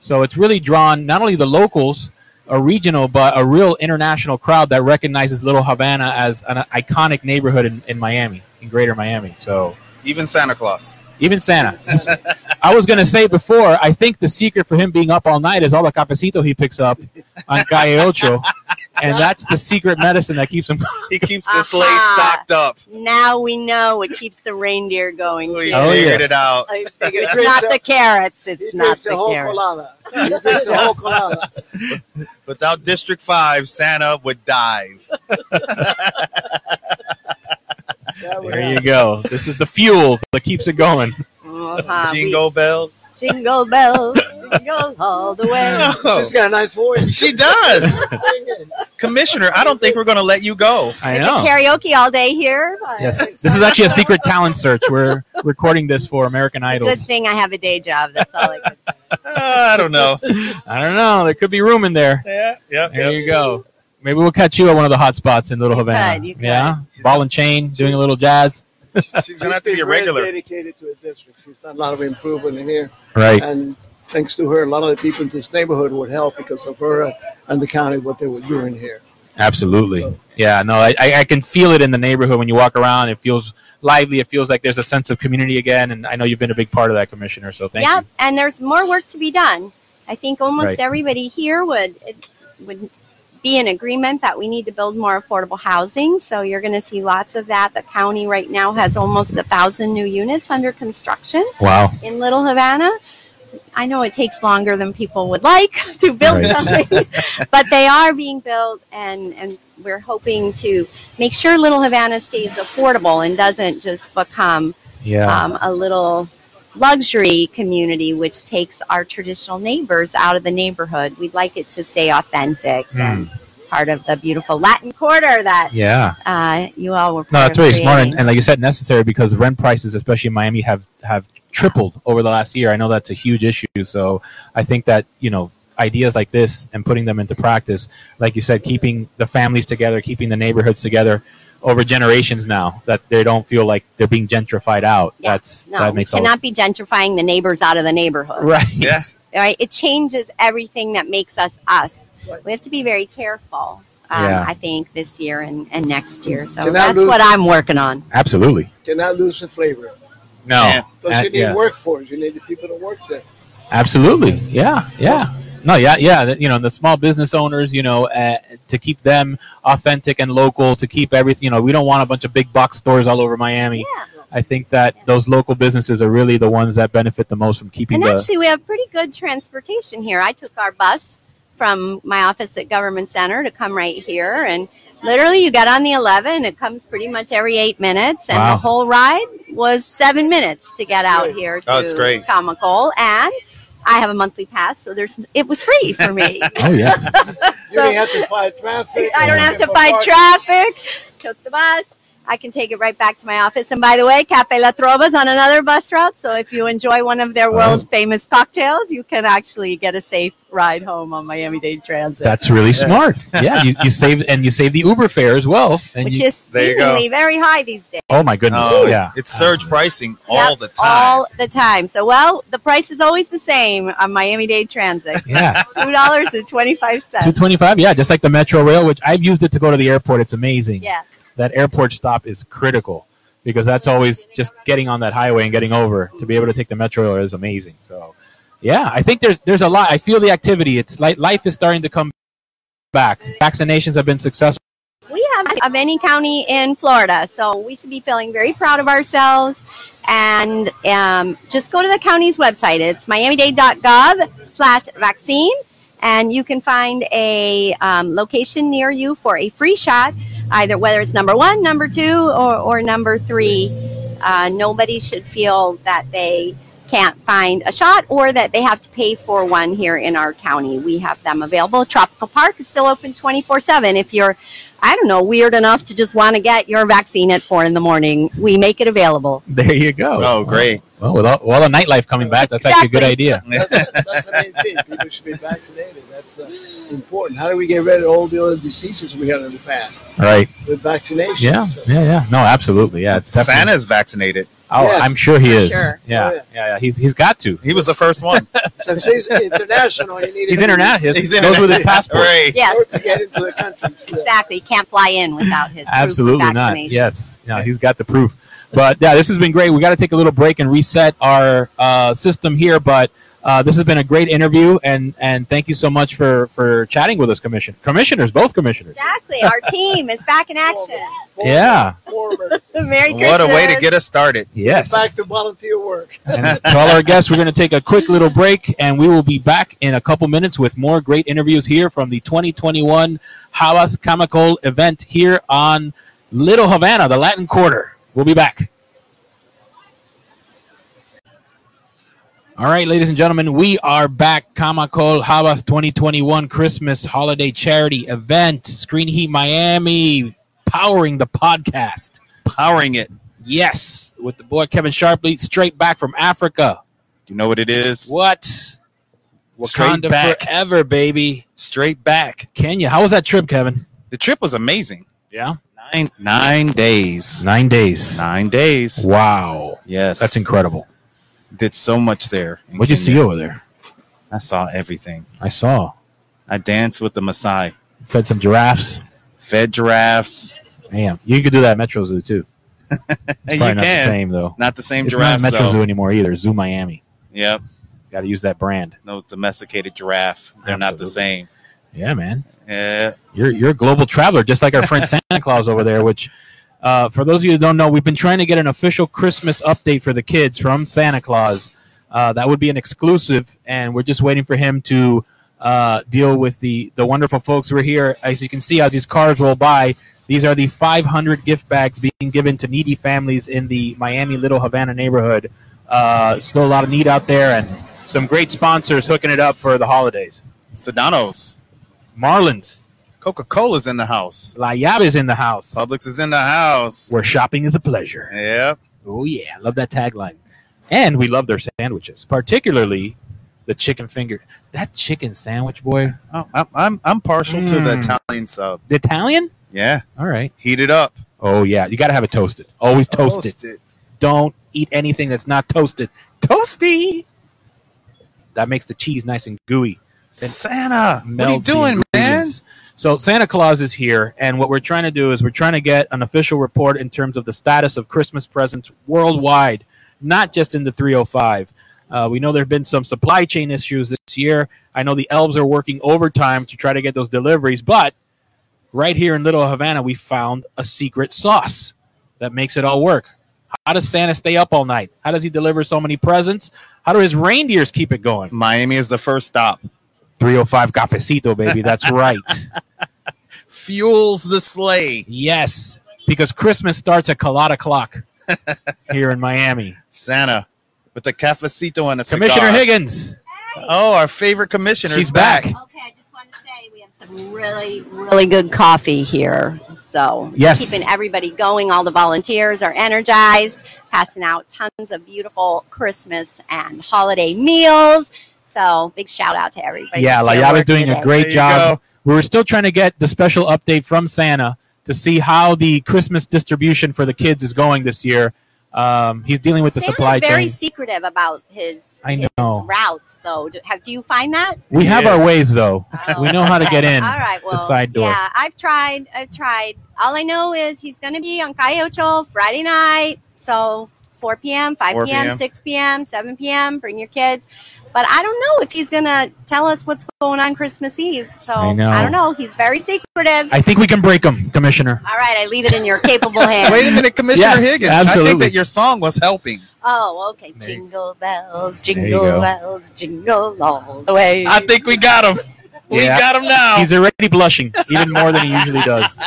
C: So it's really drawn not only the locals, a regional, but a real international crowd that recognizes Little Havana as an iconic neighborhood in, in Miami, in Greater Miami. So
J: Even Santa Claus.
C: even <laughs> Santa. I was gonna say before, I think the secret for him being up all night is all the cafecito he picks up on Calle Ocho, and that's the secret medicine that keeps him. <laughs>
J: He
K: <laughs>
J: keeps the sleigh
K: Aha.
J: stocked up.
K: Now we know what keeps the reindeer going.
J: We
K: too.
C: Oh,
J: figured
C: yes.
J: it out.
G: <laughs>
K: I figured it's not the carrots. It's
G: He
K: not
G: drinks
K: the
G: the whole
K: carrots.
G: colada. He drinks the whole colada.
J: Without District Five, Santa would dive.
G: That would
C: There
G: happen.
C: you go. This is the fuel that keeps it going.
K: Uh-huh. We- <laughs>
J: Jingle bells.
K: Jingle bells, jingle all the way.
J: No.
G: She's got a nice voice.
J: She
K: <laughs>
J: does. Commissioner, I don't think we're going to let
C: <laughs>
J: you go.
C: <laughs> I
K: It's a
C: know.
K: karaoke all day here. but
C: Yes, this is actually a secret talent search. We're recording this for American
K: Good
C: Idols.
K: thing I have a day job. That's all I can say.
J: Uh, I don't know.
C: I don't know. There could be room in there.
J: Yeah, yeah,
C: There you go. Maybe we'll catch you at one of the hot spots in Little Havana.
K: could, you could.
C: Yeah, ball and chain, doing a little jazz.
J: <laughs> She's going to have to be a
G: very
J: regular.
G: dedicated to the district. She's done a lot of improvement in here.
M: Right.
G: And thanks to her, a lot of the people in this neighborhood would help because of her uh, and the county, what they were doing here.
C: Absolutely. Yeah, no, I, I I can feel it in the neighborhood when you walk around. It feels lively. It feels like there's a sense of community again. And I know you've been a big part of that, Commissioner. So thank
K: yeah,
C: you.
K: and there's more work to be done. I think almost
C: Right.
K: everybody here would it would be in agreement that we need to build more affordable housing. So you're going to see lots of that. The county right now has almost a thousand new units under construction
M: Wow.
K: in Little Havana. I know it takes longer than people would like <laughs> to build
M: Right.
C: <laughs>
K: something, but they are being built, and, and we're hoping to make sure Little Havana stays affordable and doesn't just become
M: Yeah.
K: um, a little luxury community, which takes our traditional neighbors out of the neighborhood. We'd like it to stay authentic
C: Hmm.
K: and part of the beautiful Latin Quarter that
M: yeah.
K: uh, you all were.
C: No,
K: part
C: that's
K: of
C: very smart, and,
K: creating.
C: and like you said, necessary because rent prices, especially in Miami, have have tripled over the last year. I know that's a huge issue. So I think that you know ideas like this and putting them into practice, like you said, keeping the families together, keeping the neighborhoods together over generations now that they don't feel like they're being gentrified out.
K: Yeah.
C: That's
K: no,
C: that makes
K: we
C: all
K: cannot be gentrifying the neighbors out of the neighborhood.
C: right.
J: Yeah.
K: right? It changes everything that makes us us.
G: Right.
K: We have to be very careful. Um,
M: Yeah.
K: I think this year and, and next year. So
G: Can I
K: that's
G: lose-
K: what I'm working on.
M: Absolutely.
G: Cannot lose the flavor.
C: No.
J: Yeah.
G: Plus,
C: That-
G: you need
C: yes.
G: workforce. You need the people to work there.
C: Absolutely. Yeah. Yeah. No. Yeah. Yeah. that- You know, the small business owners. You know, uh, to keep them authentic and local, to keep everything. You know, we don't want a bunch of big box stores all over Miami.
K: Yeah.
C: I think that those local businesses are really the ones that benefit the most from keeping
K: And
C: the.
K: actually, we have pretty good transportation here. I took our bus from my office at Government Center to come right here, and literally, you got on the 11. It comes pretty much every eight minutes, and
C: Wow.
K: the whole ride was seven minutes to get out here to
J: Oh, it's great.
K: Comical. And I have a monthly pass, so there's it was free for
J: <laughs>
K: me.
M: Oh
K: <laughs>
M: yes.
G: You
K: So-
G: don't have to fight traffic.
K: I don't have to
G: For
K: fight
G: parking.
K: traffic. <laughs> Took the bus. I can take it right back to my office. And by the way, Cafe La Trova's on another bus route. So if you enjoy one of their world famous cocktails, you can actually get a safe ride home on Miami Dade Transit,
C: that's really smart. Yeah, you, you save and you save the Uber fare as well. And
K: which
C: you-
K: is
J: There you go.
K: seemingly very high these days.
C: oh my goodness,
J: Oh,
C: yeah,
K: <laughs>
J: It's surge pricing all
K: Yep,
J: the time.
K: All the time. So, well, the price is always the same on Miami Dade Transit
C: <laughs> yeah, two
K: $2.25.
C: twenty five. Yeah, just like the Metro Rail, which I've used it to go to the airport. It's amazing.
K: Yeah.
C: that airport stop is critical because that's always just getting on that highway and getting over to be able to take the metro is amazing so yeah i think there's there's a lot i feel the activity it's like life is starting to come back vaccinations have been successful <laughs>
K: we have of any county in Florida, so we should be feeling very proud of ourselves. And um, just go to the county's website. It's miamidade.gov slash vaccine, and you can find a um, location near you for a free shot, either whether it's number one, number two, or, or number three. Uh, nobody should feel that they can't find a shot or that they have to pay for one here in our county. We have them available. Tropical Park is still open 24 7 if you're I don't know, weird enough to just want to get your vaccine at four in the morning. We make it available.
C: there you go
J: Oh, great.
C: well with all, with all the nightlife coming back that's actually a good
J: <laughs>
C: idea
G: That's, that's the main thing. People should be vaccinated. That's uh, important. How do we get rid of all the other diseases we had in the past
C: right
G: with vaccination?
C: yeah yeah yeah no absolutely yeah it's definitely
J: Santa's vaccinated.
C: oh,
G: Yeah.
C: i'm sure he
K: For
C: is
K: sure.
C: yeah
G: Oh,
C: yeah
G: yeah.
C: yeah he's he's got to
J: He was the first one.
G: Since he's international, you need
C: he's
G: to be-
C: international
J: He's
C: he
J: in
C: goes with his
J: it.
C: passport
J: <laughs> Right.
K: Yes,
G: work to get into the country. uh, So,
K: exactly. Can't fly in without his proof of
C: Absolutely not.
K: vaccination.
C: Yes. No, he's got the proof. But yeah, this has been great. We got to take a little break and reset our uh, system here. But uh, this has been a great interview, and and thank you so much for for chatting with us, commission commissioners, both commissioners.
K: Exactly. Our team is back in action.
G: former-
C: Yeah.
G: former-
K: Merry Christmas.
J: What a way to get us started.
C: Yes.
G: Back to volunteer work.
C: And to all our guests, we're going to take a quick little break, and we will be back in a couple minutes with more great interviews here from the 2021 Halas Kamacol event here on Little Havana, the Latin Quarter. We'll be back.
D: All right, ladies and gentlemen, we are back. Kamakol Habas 2021 Christmas Holiday Charity Event, Screen Heat Miami, powering the podcast.
J: Powering it.
D: Yes, with the boy Kevin Sharpley, straight back from Africa.
J: You know what it is?
D: What?
J: Straight
D: Wakanda
J: back.
D: forever, baby.
J: Straight back.
D: Kenya, how was that trip, Kevin?
J: The trip was amazing.
D: Yeah,
J: Nine nine days.
C: Nine days.
J: Nine days.
C: Wow.
J: Yes.
C: That's incredible.
J: Did so much there. in
C: What'd you
J: Kenya.
C: see over there?
J: I saw everything.
C: I saw.
J: I danced with the Maasai.
C: Fed some giraffes.
J: Fed giraffes.
C: Damn. You could do that at Metro Zoo too.
J: Hey, you
C: Probably not the
J: can.
C: same though.
J: Not the same
C: It's not
J: giraffes
C: Metro
J: though.
C: Zoo anymore either. Zoo Miami.
J: Yep.
C: Got to use that brand.
J: No domesticated giraffe. They're not the
C: Absolutely.
J: same.
C: Yeah, man.
J: Yeah.
C: You're you're a global traveler, just like our friend Santa Claus over there. Which, uh, for those of you who don't know, we've been trying to get an official Christmas update for the kids from Santa Claus. Uh, that would be an exclusive, and we're just waiting for him to uh, deal with the the wonderful folks who are here. As you can see, as these cars roll by, these are the 500 gift bags being given to needy families in the Miami Little Havana neighborhood. Uh, still a lot of need out there, and some great sponsors hooking it up for the holidays.
J: Sedano's.
C: Marlins,
J: Coca Cola's in the house.
C: La Llave's in the house.
J: Publix is in the house.
C: where shopping is a pleasure.
J: Yep.
C: Oh yeah, love that tagline. And we love their sandwiches, particularly the chicken finger. That chicken sandwich, boy,
J: Oh, I'm, I'm I'm partial to the
C: Mm.
J: Italian sub.
C: the Italian.
J: Yeah.
C: All right.
J: Heat it up.
C: Oh yeah, you gotta have it toasted. Always toasted.
J: Toast it.
C: Don't eat anything that's not toasted. Toasty. That makes the cheese nice and gooey.
J: Santa. What are you
C: melt the
J: doing, man?
C: ingredients. So Santa Claus is here, and what we're trying to do is we're trying to get an official report in terms of the status of Christmas presents worldwide, not just in the 305. Uh, we know there have been some supply chain issues this year. I know the elves are working overtime to try to get those deliveries, but right here in Little Havana, we found a secret sauce that makes it all work. How does Santa stay up all night? How does he deliver so many presents? How do his reindeers keep it going?
J: Miami is the first stop.
C: 305 Cafecito, baby. That's <laughs> right.
J: Fuels the sleigh.
C: Yes, because Christmas starts at Colada
J: <laughs>
C: Clock here in Miami.
J: Santa with the cafecito and a
C: Commissioner
J: cigar.
C: Higgins,
J: Oh, our favorite commissioner.
C: she's back.
K: Okay, I just want to say we have some really, really good coffee here. So
C: Yes.
K: keeping everybody going. All the volunteers are energized, passing out tons of beautiful Christmas and holiday meals. So big shout out to everybody.
C: Yeah,
K: that's
C: La
K: here
C: Llave's
K: working
C: doing a
K: today.
C: great
J: There you
C: job.
J: go.
C: We were still trying to get the special update from Santa to see how the Christmas distribution for the kids is going this year. Um, he's dealing with the
K: Santa's
C: supply
K: very
C: chain.
K: secretive about his,
C: I
K: his
C: know.
K: routes, though. Do, have, do you find that?
C: We have our
J: Yes.
C: ways, though. <laughs> We know how to get in.
K: <laughs> All right, well,
C: side door.
K: yeah, I've tried. I've tried. All I know is he's going to be on Cayocho Friday night, so 4 p.m., 5
J: 4
K: p.m.,
J: p.m.,
K: 6 p.m., 7 p.m. Bring your kids. But I don't know if he's going to tell us what's going on Christmas Eve. So
C: I know.
K: don't know. He's very secretive.
C: I think we can break him, Commissioner.
K: all right, I leave it in
C: <laughs>
K: your capable hands.
J: Wait a minute, Commissioner
C: Yes,
J: Higgins. I think
C: absolutely.
J: that your song was helping.
K: Oh, okay.
C: There you-
K: Jingle bells,
C: you
K: jingle
C: go.
K: bells, jingle all the way.
J: I think we got him. We
C: Yeah.
J: got him now.
C: He's already blushing even more than he usually
K: <laughs>
C: does.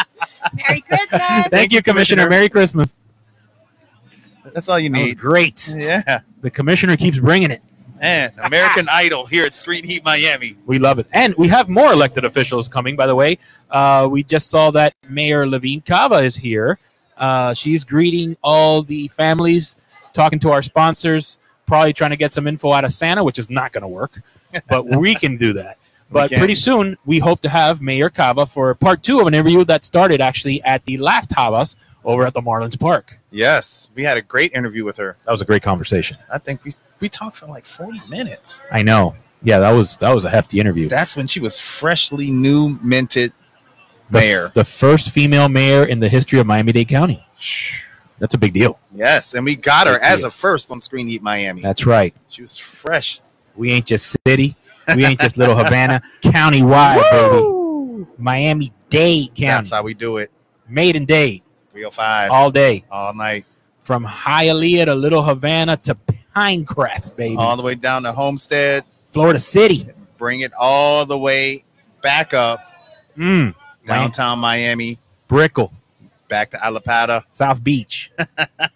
K: Merry Christmas.
C: Thank you, Commissioner. Merry Christmas.
J: That's all you
C: That was
J: need.
C: great.
J: Yeah.
C: The commissioner keeps bringing it.
J: Man, American Idol here at Screen Heat Miami.
C: We love it. And we have more elected officials coming, by the way. Uh, we just saw that Mayor Levine Cava is here. Uh, she's greeting all the families, talking to our sponsors, probably trying to get some info out of Santa, which is not going to work, but we <laughs> can do that. But
J: can.
C: pretty soon, we hope to have Mayor Cava for part two of an interview that started actually at the last Havas over at the Marlins Park.
J: Yes. We had a great interview with her.
C: That was a great conversation.
J: I think we we talked for like 40 minutes.
C: I know. Yeah, that was that was a hefty interview.
J: That's when she was freshly new minted
C: the,
J: mayor.
C: the first female mayor in the history of Miami Dade County. That's a big deal.
J: Yes, and we got her
C: Thank
J: as
C: you.
J: a first on Screen Heat Miami.
C: That's right.
J: She was fresh.
C: We ain't just city. We ain't just little <laughs> Havana. County wide, baby. Miami Dade County.
J: That's how we do it.
C: Made in Dade.
J: 305 all,
C: All day.
J: night,
C: From Hialeah to Little Havana to Pinecrest, baby.
J: all the way down to Homestead.
C: Florida City.
J: Bring it all the way back up
C: Mm. Miami.
J: downtown Miami,
C: Brickell.
J: back to Alapata.
C: South Beach.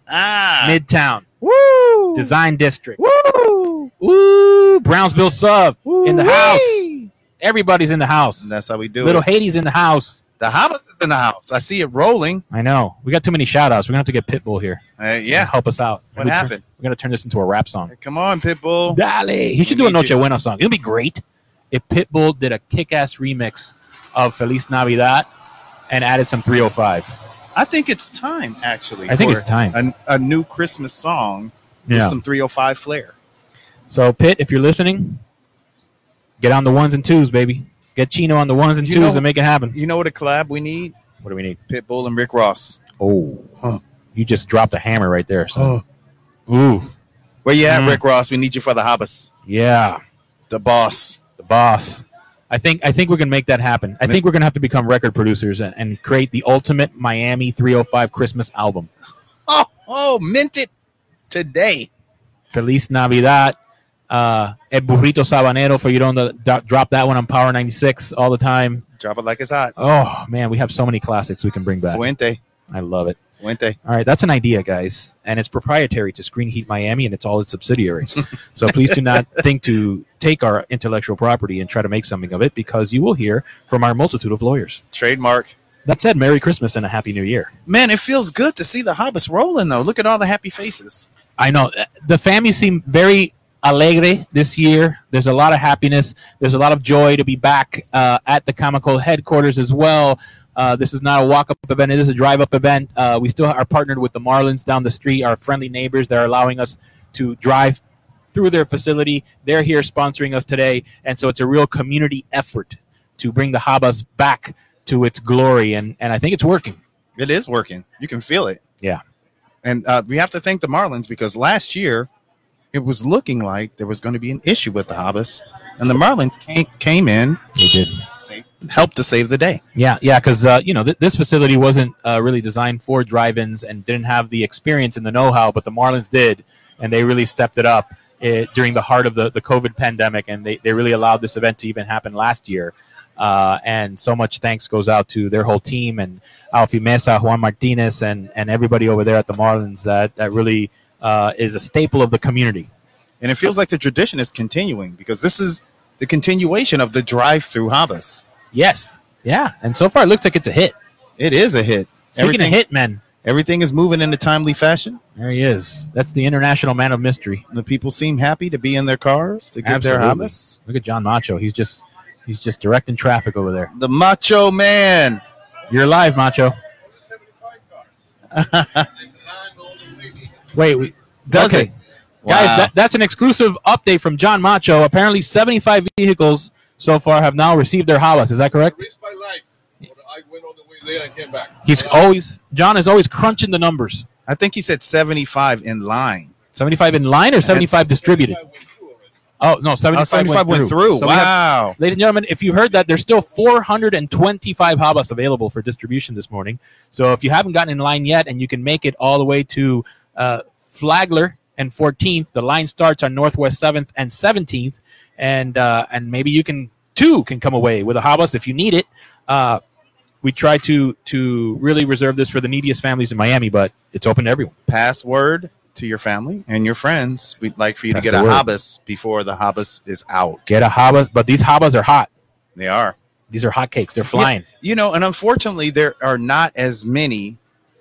J: Ah,
C: Midtown.
B: Woo!
C: Design District.
B: Woo!
C: Ooh, Brownsville sub in the house. Everybody's in the house.
J: And that's how we do
C: Little
J: it.
C: Hades in the house.
J: The house is in the house. I see it rolling.
C: I know. We got too many shout outs. We're going to have to get Pitbull here.
J: Uh,
C: to
J: yeah.
C: Help us out. We're
J: What
C: gonna
J: happened?
C: turn- we're going to turn this into a rap song.
J: Come on, Pitbull.
C: Dale. He should
J: We
C: do a
J: need
C: Noche
J: you.
C: Buena song. It would be great if Pitbull did a kick ass remix of Feliz Navidad and added some 305.
J: I think it's time, actually.
C: I think
J: for
C: it's time.
J: A, a new Christmas song with some 305 flair.
C: uh, So, Pitt, if you're listening, get on the ones and twos, baby. Get Chino on the ones and
J: You
C: twos
J: know-
C: and make it happen.
J: You know what a collab we need?
C: What do we need?
J: Pitbull and Rick Ross.
C: Oh,
J: Huh.
C: you just dropped a hammer right there. So.
J: Oh.
C: Ooh,
J: Where you at,
C: Mm.
J: Rick Ross? We need you for the Hobbits.
C: yeah,
J: The boss.
C: the boss. I think I think we're gonna make that happen. I think we're gonna have to become record producers and, and create the ultimate Miami 305 Christmas album.
J: Oh, oh, mint it today.
C: Feliz Navidad. Uh, El Burrito Sabanero for you don't know- do- drop that one on Power 96 all the time.
J: Drop it like it's hot.
C: Oh man, we have so many classics we can bring back.
J: Fuente.
C: I love it.
J: Fuente.
C: All right, that's an idea, guys, and it's proprietary to Screen Heat Miami and it's all its subsidiaries. so please do not think to take our intellectual property and try to make something of it because you will hear from our multitude of lawyers.
J: Trademark.
C: That said, Merry Christmas and a Happy New Year.
J: Man, it feels good to see the Hobbits rolling, though. Look at all the happy faces.
C: I know uh, the family seem very alegre this year. There's a lot of happiness. There's a lot of joy to be back uh, at the Comical headquarters as well. Uh, this is not a walk up event. It is a drive up event. Uh, we still are partnered with the Marlins down the street, our friendly neighbors. They're allowing us to drive through their facility. They're here sponsoring us today. And so it's a real community effort to bring the Habas back to its glory. And, and I think it's working.
J: It is working. You can feel it.
C: Yeah.
J: And uh, we have to thank the Marlins because last year it was looking like there was going to be an issue with the Hobbits, and the Marlins came, came in,
C: They did.
J: saved- helped to save the day.
C: Yeah, yeah, because uh, you know th- this facility wasn't uh, really designed for drive-ins and didn't have the experience and the know-how, but the Marlins did, and they really stepped it up uh, during the heart of the, the COVID pandemic, and they, they really allowed this event to even happen last year. Uh, and so much thanks goes out to their whole team and Alfie Mesa, Juan Martinez, and and everybody over there at the Marlins that that really uh, is a staple of the community.
J: And it feels like the tradition is continuing because this is the continuation of the drive-through Hobbits.
C: Yes, yeah, and so far it looks like it's a hit.
J: It is a hit.
C: Speaking
J: everything,
C: of hit men,
J: everything is moving in a timely fashion.
C: there he is. That's the international man of mystery.
J: The people seem happy to be in their cars to get their
C: Absolutely.
J: Hobbits.
C: Look at John Macho. He's just he's just directing traffic over there.
J: The Macho Man.
C: You're live, Macho. <laughs> Wait, we,
J: Does
C: okay.
J: it?
C: guys? That, that's an exclusive update from John Macho. Apparently, 75 vehicles so far have now received their halas. Is that correct?
N: risked my life. But I went all the way there and came back.
C: He's always John is always crunching the numbers.
J: I think he said 75 in line.
C: 75 in line or 75 distributed? Oh no, 75,
J: Oh, 75 went through.
C: So we have-
J: wow.
C: Ladies and gentlemen, if you heard that, there's still 425 habas available for distribution this morning. So if you haven't gotten in line yet and you can make it all the way to uh, Flagler and 14th, the line starts on Northwest 7th and 17th, and uh, and maybe you can too can come away with a habas if you need it. Uh, we try to to really reserve this for the neediest families in Miami, but it's open to everyone.
J: Password to your family and your friends. We'd like for you
C: Pass
J: to
C: the
J: get a
C: word.
J: Hobbas before the Hobbas is out.
C: Get a habas, but these habas are hot.
J: They are.
C: These are hot cakes. They're flying.
J: You know, and unfortunately, there are not as many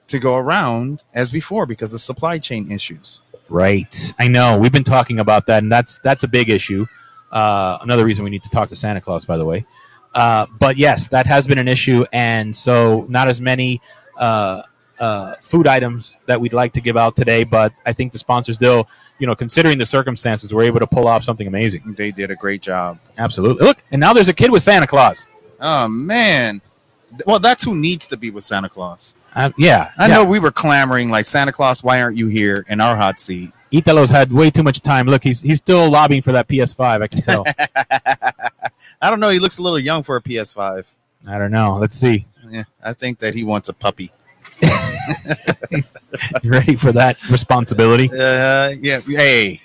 J: to go around as before because of supply chain issues.
C: Right. I know. We've been talking about that, and that's that's a big issue. Uh, another reason we need to talk to Santa Claus, by the way. Uh, but yes, that has been an issue, and so not as many uh, uh, food items that we'd like to give out today. But I think the sponsors still, you know, considering the circumstances, were able to pull off something amazing.
J: They did a great job.
C: Absolutely. Look, and now there's a kid with Santa Claus.
J: Oh, man. Th- Well, that's who needs to be with Santa Claus.
C: Uh, yeah,
J: I
C: yeah.
J: know we were clamoring, like, Santa Claus, why aren't you here in our hot seat? <laughs>
C: Italo's had way too much time. Look, he's he's still lobbying for that PS5. I can
J: <laughs>
C: tell.
J: I don't know. He looks a little young for a PS5.
C: I don't know. Let's see.
J: Yeah, I think that he wants a puppy.
C: You ready for that responsibility?
J: Uh, yeah. Hey,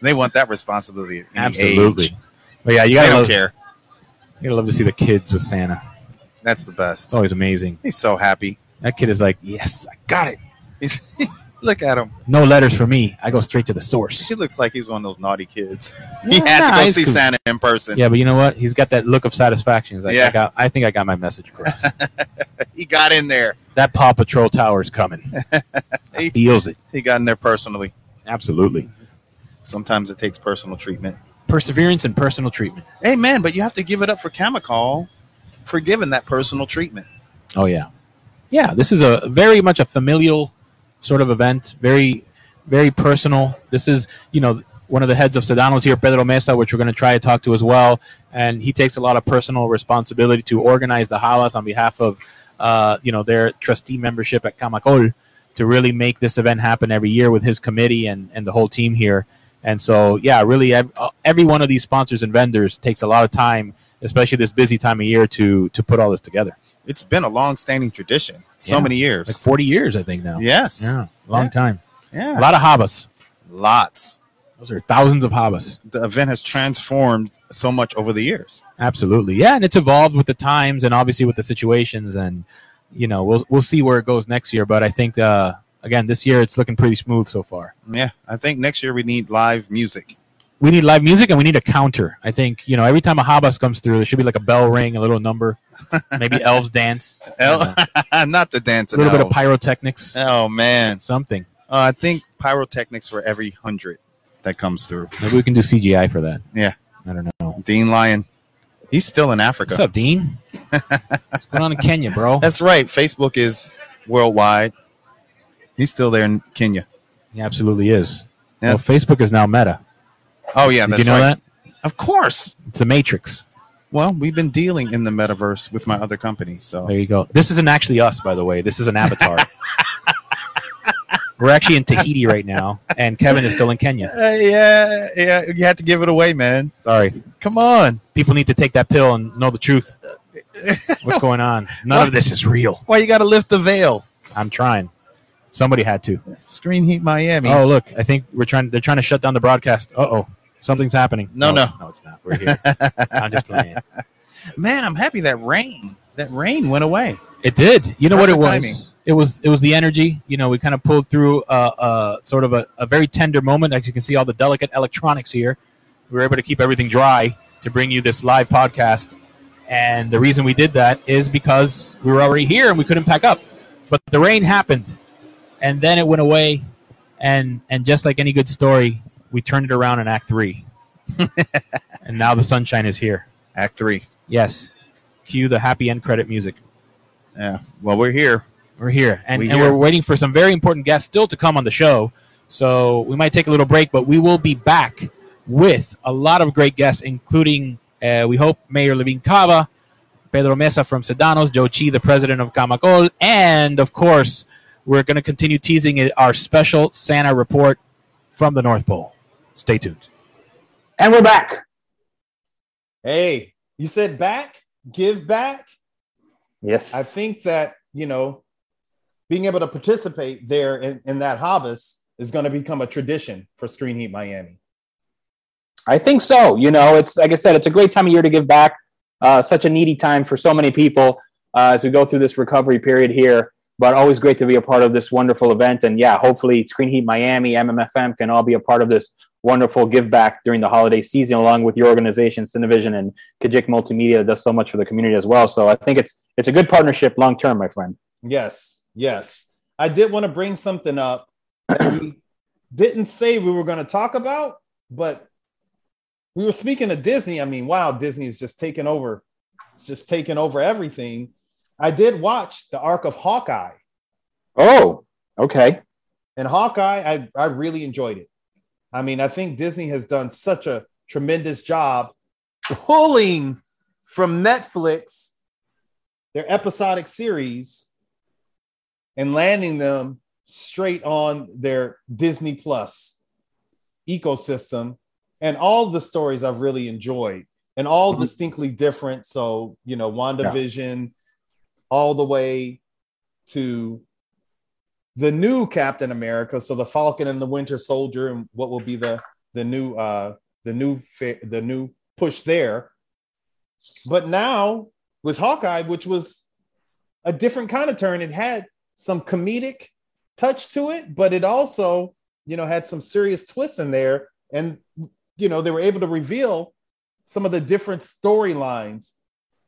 J: they want that responsibility. At any
C: Absolutely.
J: age.
C: But yeah, you
J: They
C: gotta
J: don't
C: love,
J: care.
C: you gotta love to see the kids with Santa.
J: That's the
C: Oh.
J: best.
C: It's always amazing.
J: He's so happy.
C: That kid is like, yes, I got it.
J: He's <laughs> Look at him.
C: No letters for me. I go straight to the source.
J: <laughs> He looks like he's one of those naughty kids. He had
C: Nah,
J: to go
C: he's
J: see
C: cool.
J: Santa in person.
C: Yeah, but you know what? He's got that look of satisfaction. He's like,
J: Yeah.
C: I, got, I think I got my message
J: <laughs>
C: across.
J: He got in there.
C: that Paw Patrol tower's
J: <laughs>
C: coming.
J: He-
C: Feels it.
J: He got in there personally.
C: Absolutely.
J: Sometimes it takes personal treatment.
C: Perseverance and personal treatment.
J: Hey man, but you have to give it up for Kamikaze for giving that personal treatment.
C: Oh yeah, yeah. This is a very much a familial sort of event. Very, very personal. This is you know one of the heads of Sedano's here, Pedro Mesa, which we're going to try to talk to as well. And he takes a lot of personal responsibility to organize the halas on behalf of uh, you know their trustee membership at Camacol to really make this event happen every year with his committee and and the whole team here. And so, yeah, really, ev- uh, every one of these sponsors and vendors takes a lot of time, especially this busy time of year, to to put all this together
J: It's been a long-standing tradition. So
C: Yeah.
J: many
C: like
J: years.
C: 40 years, I think now.
J: yes.
C: Yeah, long time. A
J: Yeah.
C: lot of habas.
J: Lots.
C: Those are thousands of habas.
J: The event has transformed so much over the years.
C: Absolutely. Yeah, and it's evolved with the times and obviously with the situations and you know, we'll we'll see where it goes next year, but I think uh again, this year it's looking pretty smooth so far.
J: Yeah. I think next year we need live music.
C: We need live music and we need a counter. I think, you know, every time a habas comes through, there should be like a bell ring, a little
J: <laughs>
C: number, maybe elves dance,
J: El- <laughs> Not the dance.
C: a little bit of pyrotechnics,
J: Oh man.
C: something.
J: Uh, I think pyrotechnics for every hundred that comes through.
C: Maybe we can do CGI for that.
J: Yeah.
C: I don't know.
J: Dean Lyon. He's still in Africa.
C: What's up, Dean?
J: <laughs>
C: What's going on in Kenya, bro?
J: That's right. Facebook is worldwide. He's still there in Kenya.
C: He absolutely is.
J: Yeah.
C: Well, Facebook is now Meta.
J: Oh yeah,
C: Did
J: that's
C: you know
J: right.
C: that?
J: Of course.
C: It's a matrix.
J: Well, we've been dealing in the metaverse with my other company,
C: There
J: so
C: you go. This isn't actually us, by the way. This is an
J: <laughs>
C: avatar. We're actually in Tahiti right now, and Kevin is still in Kenya.
J: Uh, yeah, yeah. You had to give it away, man.
C: Sorry.
J: Come on.
C: People need to take that pill and know the truth.
J: <laughs>
C: What's going on? None of this is real.
J: Why you got to lift the veil?
C: I'm trying. Somebody had to.
J: Screen Heat Miami.
C: Oh, look. I think we're trying. They're trying to shut down the broadcast. Uh oh. Something's happening.
J: No, no.
C: it's- No, it's not. We're here. I'm just playing.
J: man, I'm happy that rain. That rain went away.
C: It did. You know
J: Perfect
C: what it was?
J: timing.
C: It was it was the energy. You know, we kind of pulled through uh, uh, sort of a, a very tender moment. As you can see, all the delicate electronics here. We were able to keep everything dry to bring you this live podcast. And the reason we did that is because we were already here and we couldn't pack up. But the rain happened, and then it went away. And and just like any good story, we turned it around in Act
J: <laughs>
C: Three. and now the sunshine is here.
J: Act three.
C: Yes. Cue the happy end credit music.
J: Yeah. Well, we're here.
C: We're here, and,
J: We
C: and
J: here.
C: we're waiting for some very important guests still to come on the show. So we might take a little break, but we will be back with a lot of great guests, including uh, we hope Mayor Levin Cava, Pedro Mesa from Sedanos, Joe Chi, the president of Camacol, and of course we're going to continue teasing it, our special Santa report from the North Pole. Stay tuned.
B: And we're back.
A: Hey, you said back, give back.
B: Yes.
A: I think that, you know, being able to participate there in, in that hobbyist is going to become a tradition for Screen Heat Miami.
B: I think so. You know, it's like I said, it's a great time of year to give back. Uh, such a needy time for so many people uh, as we go through this recovery period here. But always great to be a part of this wonderful event. And yeah, hopefully Screen Heat Miami, MMFM can all be a part of this wonderful give back during the holiday season, along with your organization, Cinevision and Kajik Multimedia that does so much for the community as well. So I think it's it's a good partnership long term, my friend.
A: Yes, yes. I did want to bring something up that we <clears throat> didn't say we were going to talk about, but we were speaking of Disney. I mean, wow, Disney is just taking over. It's just taking over everything. I did watch the arc of Hawkeye,
B: Oh, okay.
A: and Hawkeye, I, I really enjoyed it. I mean, I think Disney has done such a tremendous job pulling from Netflix their episodic series and landing them straight on their Disney Plus ecosystem. And all the stories I've really enjoyed and all
B: Mhm.
A: distinctly different. So, you know, WandaVision, all the way to the new Captain America. So the Falcon and the Winter Soldier, and what will be the the new uh the new fa- the new push there. But now with Hawkeye, which was a different kind of turn, it had some comedic touch to it, but it also, you know, had some serious twists in there. And, you know, they were able to reveal some of the different storylines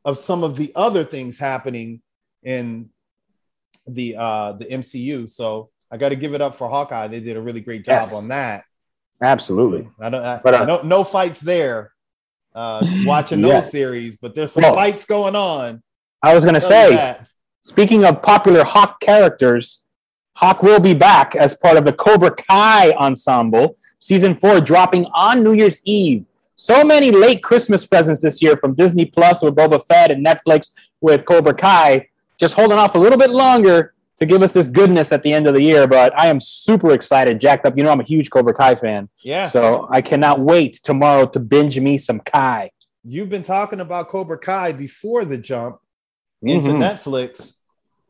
A: of some of the other things happening in the uh the MCU. So I got to give it up for Hawkeye. They did a really great job
B: Yes.
A: on that.
B: Absolutely.
A: I don't I,
B: But, uh,
A: no no fights there. Uh watching
B: Yeah.
A: those series, but there's some
B: No.
A: fights going on.
B: I was going to
A: Other
B: say,
A: than that,
B: speaking of popular Hawk characters, Hawk will be back as part of the Cobra Kai ensemble, season four dropping on New Year's Eve. So many late Christmas presents this year from Disney Plus with Boba Fett and Netflix with Cobra Kai. Just holding off a little bit longer to give us this goodness at the end of the year, but I am super excited, jacked up. You know, I'm a huge Cobra Kai fan,
A: yeah.
B: so I cannot wait tomorrow to binge me some Kai.
A: You've been talking about Cobra Kai before the jump into
B: Mhm.
A: Netflix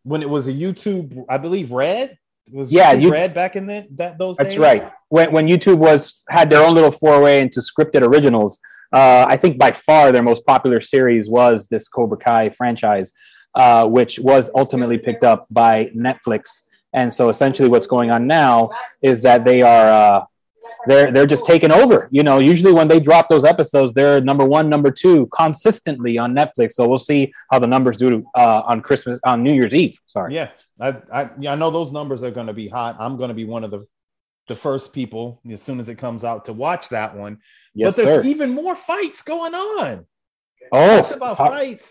A: when it was a YouTube, I believe Red It was
B: Yeah,
A: YouTube
B: you-
A: Red back in the, that those
B: That's
A: days.
B: right. When, when YouTube was had their own little foray into scripted originals, uh, I think by far their most popular series was this Cobra Kai franchise, uh, which was ultimately picked up by Netflix. And so essentially, what's going on now is that they are uh, they're they're just taking over. You know, usually when they drop those episodes, they're number one, number two consistently on Netflix. So we'll see how the numbers do uh, on Christmas on New Year's Eve. Sorry.
A: Yeah, I, I yeah, I know those numbers are going to be hot. I'm going to be one of the the first people as soon as it comes out to watch that one.
B: Yes,
A: but there's
B: sir.
A: even more fights going on. It's
B: Oh,
A: about fights.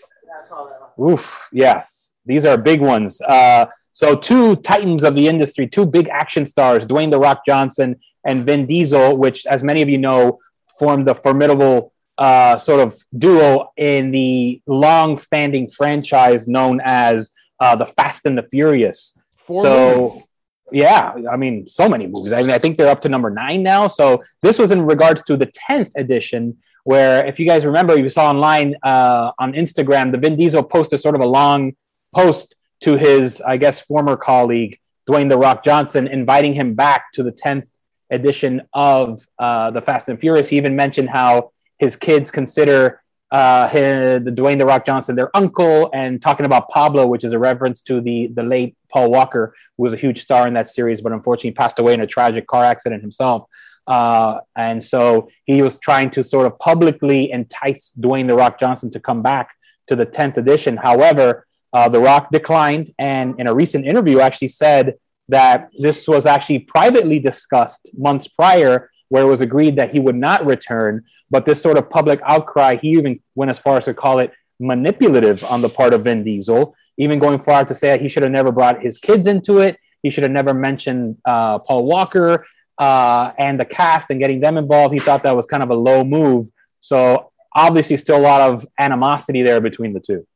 B: Oof, yes. These are big ones. Uh, so, two titans of the industry, two big action stars, Dwayne The Rock Johnson and Vin Diesel, which, as many of you know, formed the formidable uh, sort of duo in the long standing franchise known as uh, The Fast and the Furious.
A: Four
B: So-
A: movies.
B: Yeah, I mean, so many movies. I mean, I think they're up to number nine now. So this was in regards to the tenth edition, where if you guys remember, you saw online uh, on Instagram, the Vin Diesel posted sort of a long post to his, I guess, former colleague Dwayne the Rock Johnson, inviting him back to the tenth edition of uh, the Fast and Furious. He even mentioned how his kids consider uh, his, the Dwayne the Rock Johnson their uncle, and talking about Pablo, which is a reference to the the late Paul Walker who was a huge star in that series, but unfortunately passed away in a tragic car accident himself. Uh, and so he was trying to sort of publicly entice Dwayne The Rock Johnson to come back to the 10th edition. However, uh, The Rock declined and in a recent interview actually said that this was actually privately discussed months prior, where it was agreed that he would not return. But this sort of public outcry, he even went as far as to call it manipulative on the part of Vin Diesel, even going far to say that he should have never brought his kids into it. He should have never mentioned uh, Paul Walker uh, and the cast and getting them involved. He thought that was kind of a low move. So obviously, still a lot of animosity there between the two.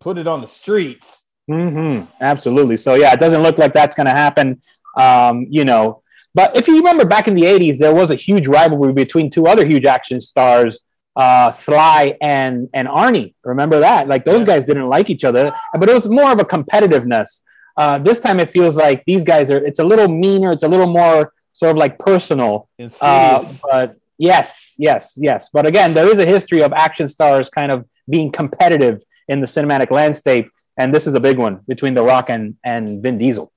A: Put it on the streets.
B: Mm-hmm. Absolutely. So yeah, it doesn't look like that's going to happen. Um, you know, but if you remember back in the '80s, there was a huge rivalry between two other huge action stars, uh, Sly and and Arnie. Remember that? Like those guys didn't like each other, but it was more of a competitiveness. Uh, this time, it feels like these guys are. It's a little meaner. It's a little more sort of like personal. Uh,
A: Insidious.
B: but yes, yes, yes. But again, there is a history of action stars kind of being competitive in the cinematic landscape, and this is a big one between The Rock and and Vin Diesel.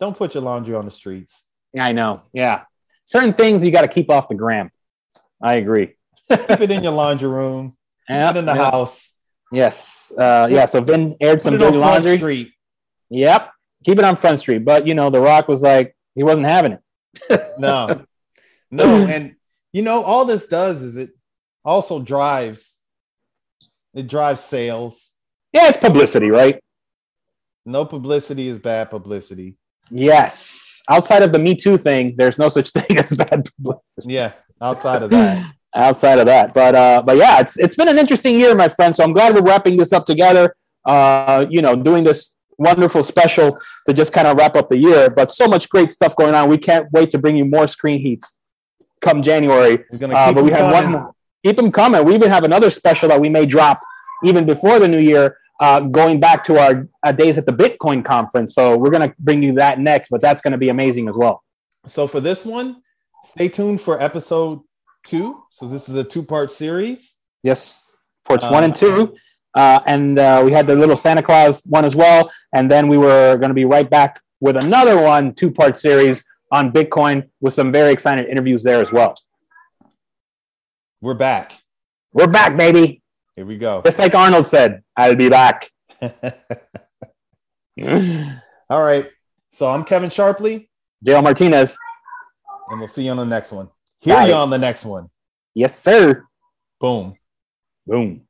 A: Don't put your laundry on the streets.
B: Yeah, I know. Yeah, certain things you got to keep off the gram. I agree.
A: Keep it in your laundry room. Keep
B: <laughs> Yeah,
A: it in the
B: yeah.
A: house.
B: Yes. Uh, yeah. So Vin aired
A: Put
B: some
A: it on
B: dirty
A: Front
B: laundry. <laughs>
A: Street.
B: Yep. Keep it on Front Street. But you know, The Rock was like he wasn't having it.
A: no no and you know all this does is it also drives it drives sales
B: Yeah, it's publicity, right?
A: no publicity is bad publicity
B: Yes. Outside of the Me Too thing, there's no such thing <laughs> as bad publicity.
A: yeah outside of
B: <laughs>
A: that
B: outside of that. But uh, but yeah, it's it's been an interesting year, my friend. So I'm glad we're wrapping this up together. Uh, you know, doing this wonderful special to just kind of wrap up the year. But so much great stuff going on. We can't wait to bring you more screen heats come January.
A: we're gonna keep
B: Uh, but we
A: it
B: have one
A: coming.
B: more. Keep them coming. We even have another special that we may drop even before the new year, uh, going back to our uh, days at the Bitcoin conference. So we're going to bring you that next, but that's going to be amazing as well.
A: so for this one stay tuned for episode two so this is a two-part series
B: Yes, ports
A: Uh,
B: one and two. Uh, and uh, we had the little Santa Claus one as well. And then we were going to be right back with another one, two part series on Bitcoin with some very exciting interviews there as well.
A: We're back.
B: We're back, baby.
A: Here we go.
B: Just like Arnold said, I'll be back.
A: <laughs> All right. So I'm Kevin Sharpley,
B: Jail Martinez.
A: and we'll see you on the next one. Hear
B: Got
A: you
B: it.
A: on the next one.
B: Yes, sir.
A: Boom.
B: Boom.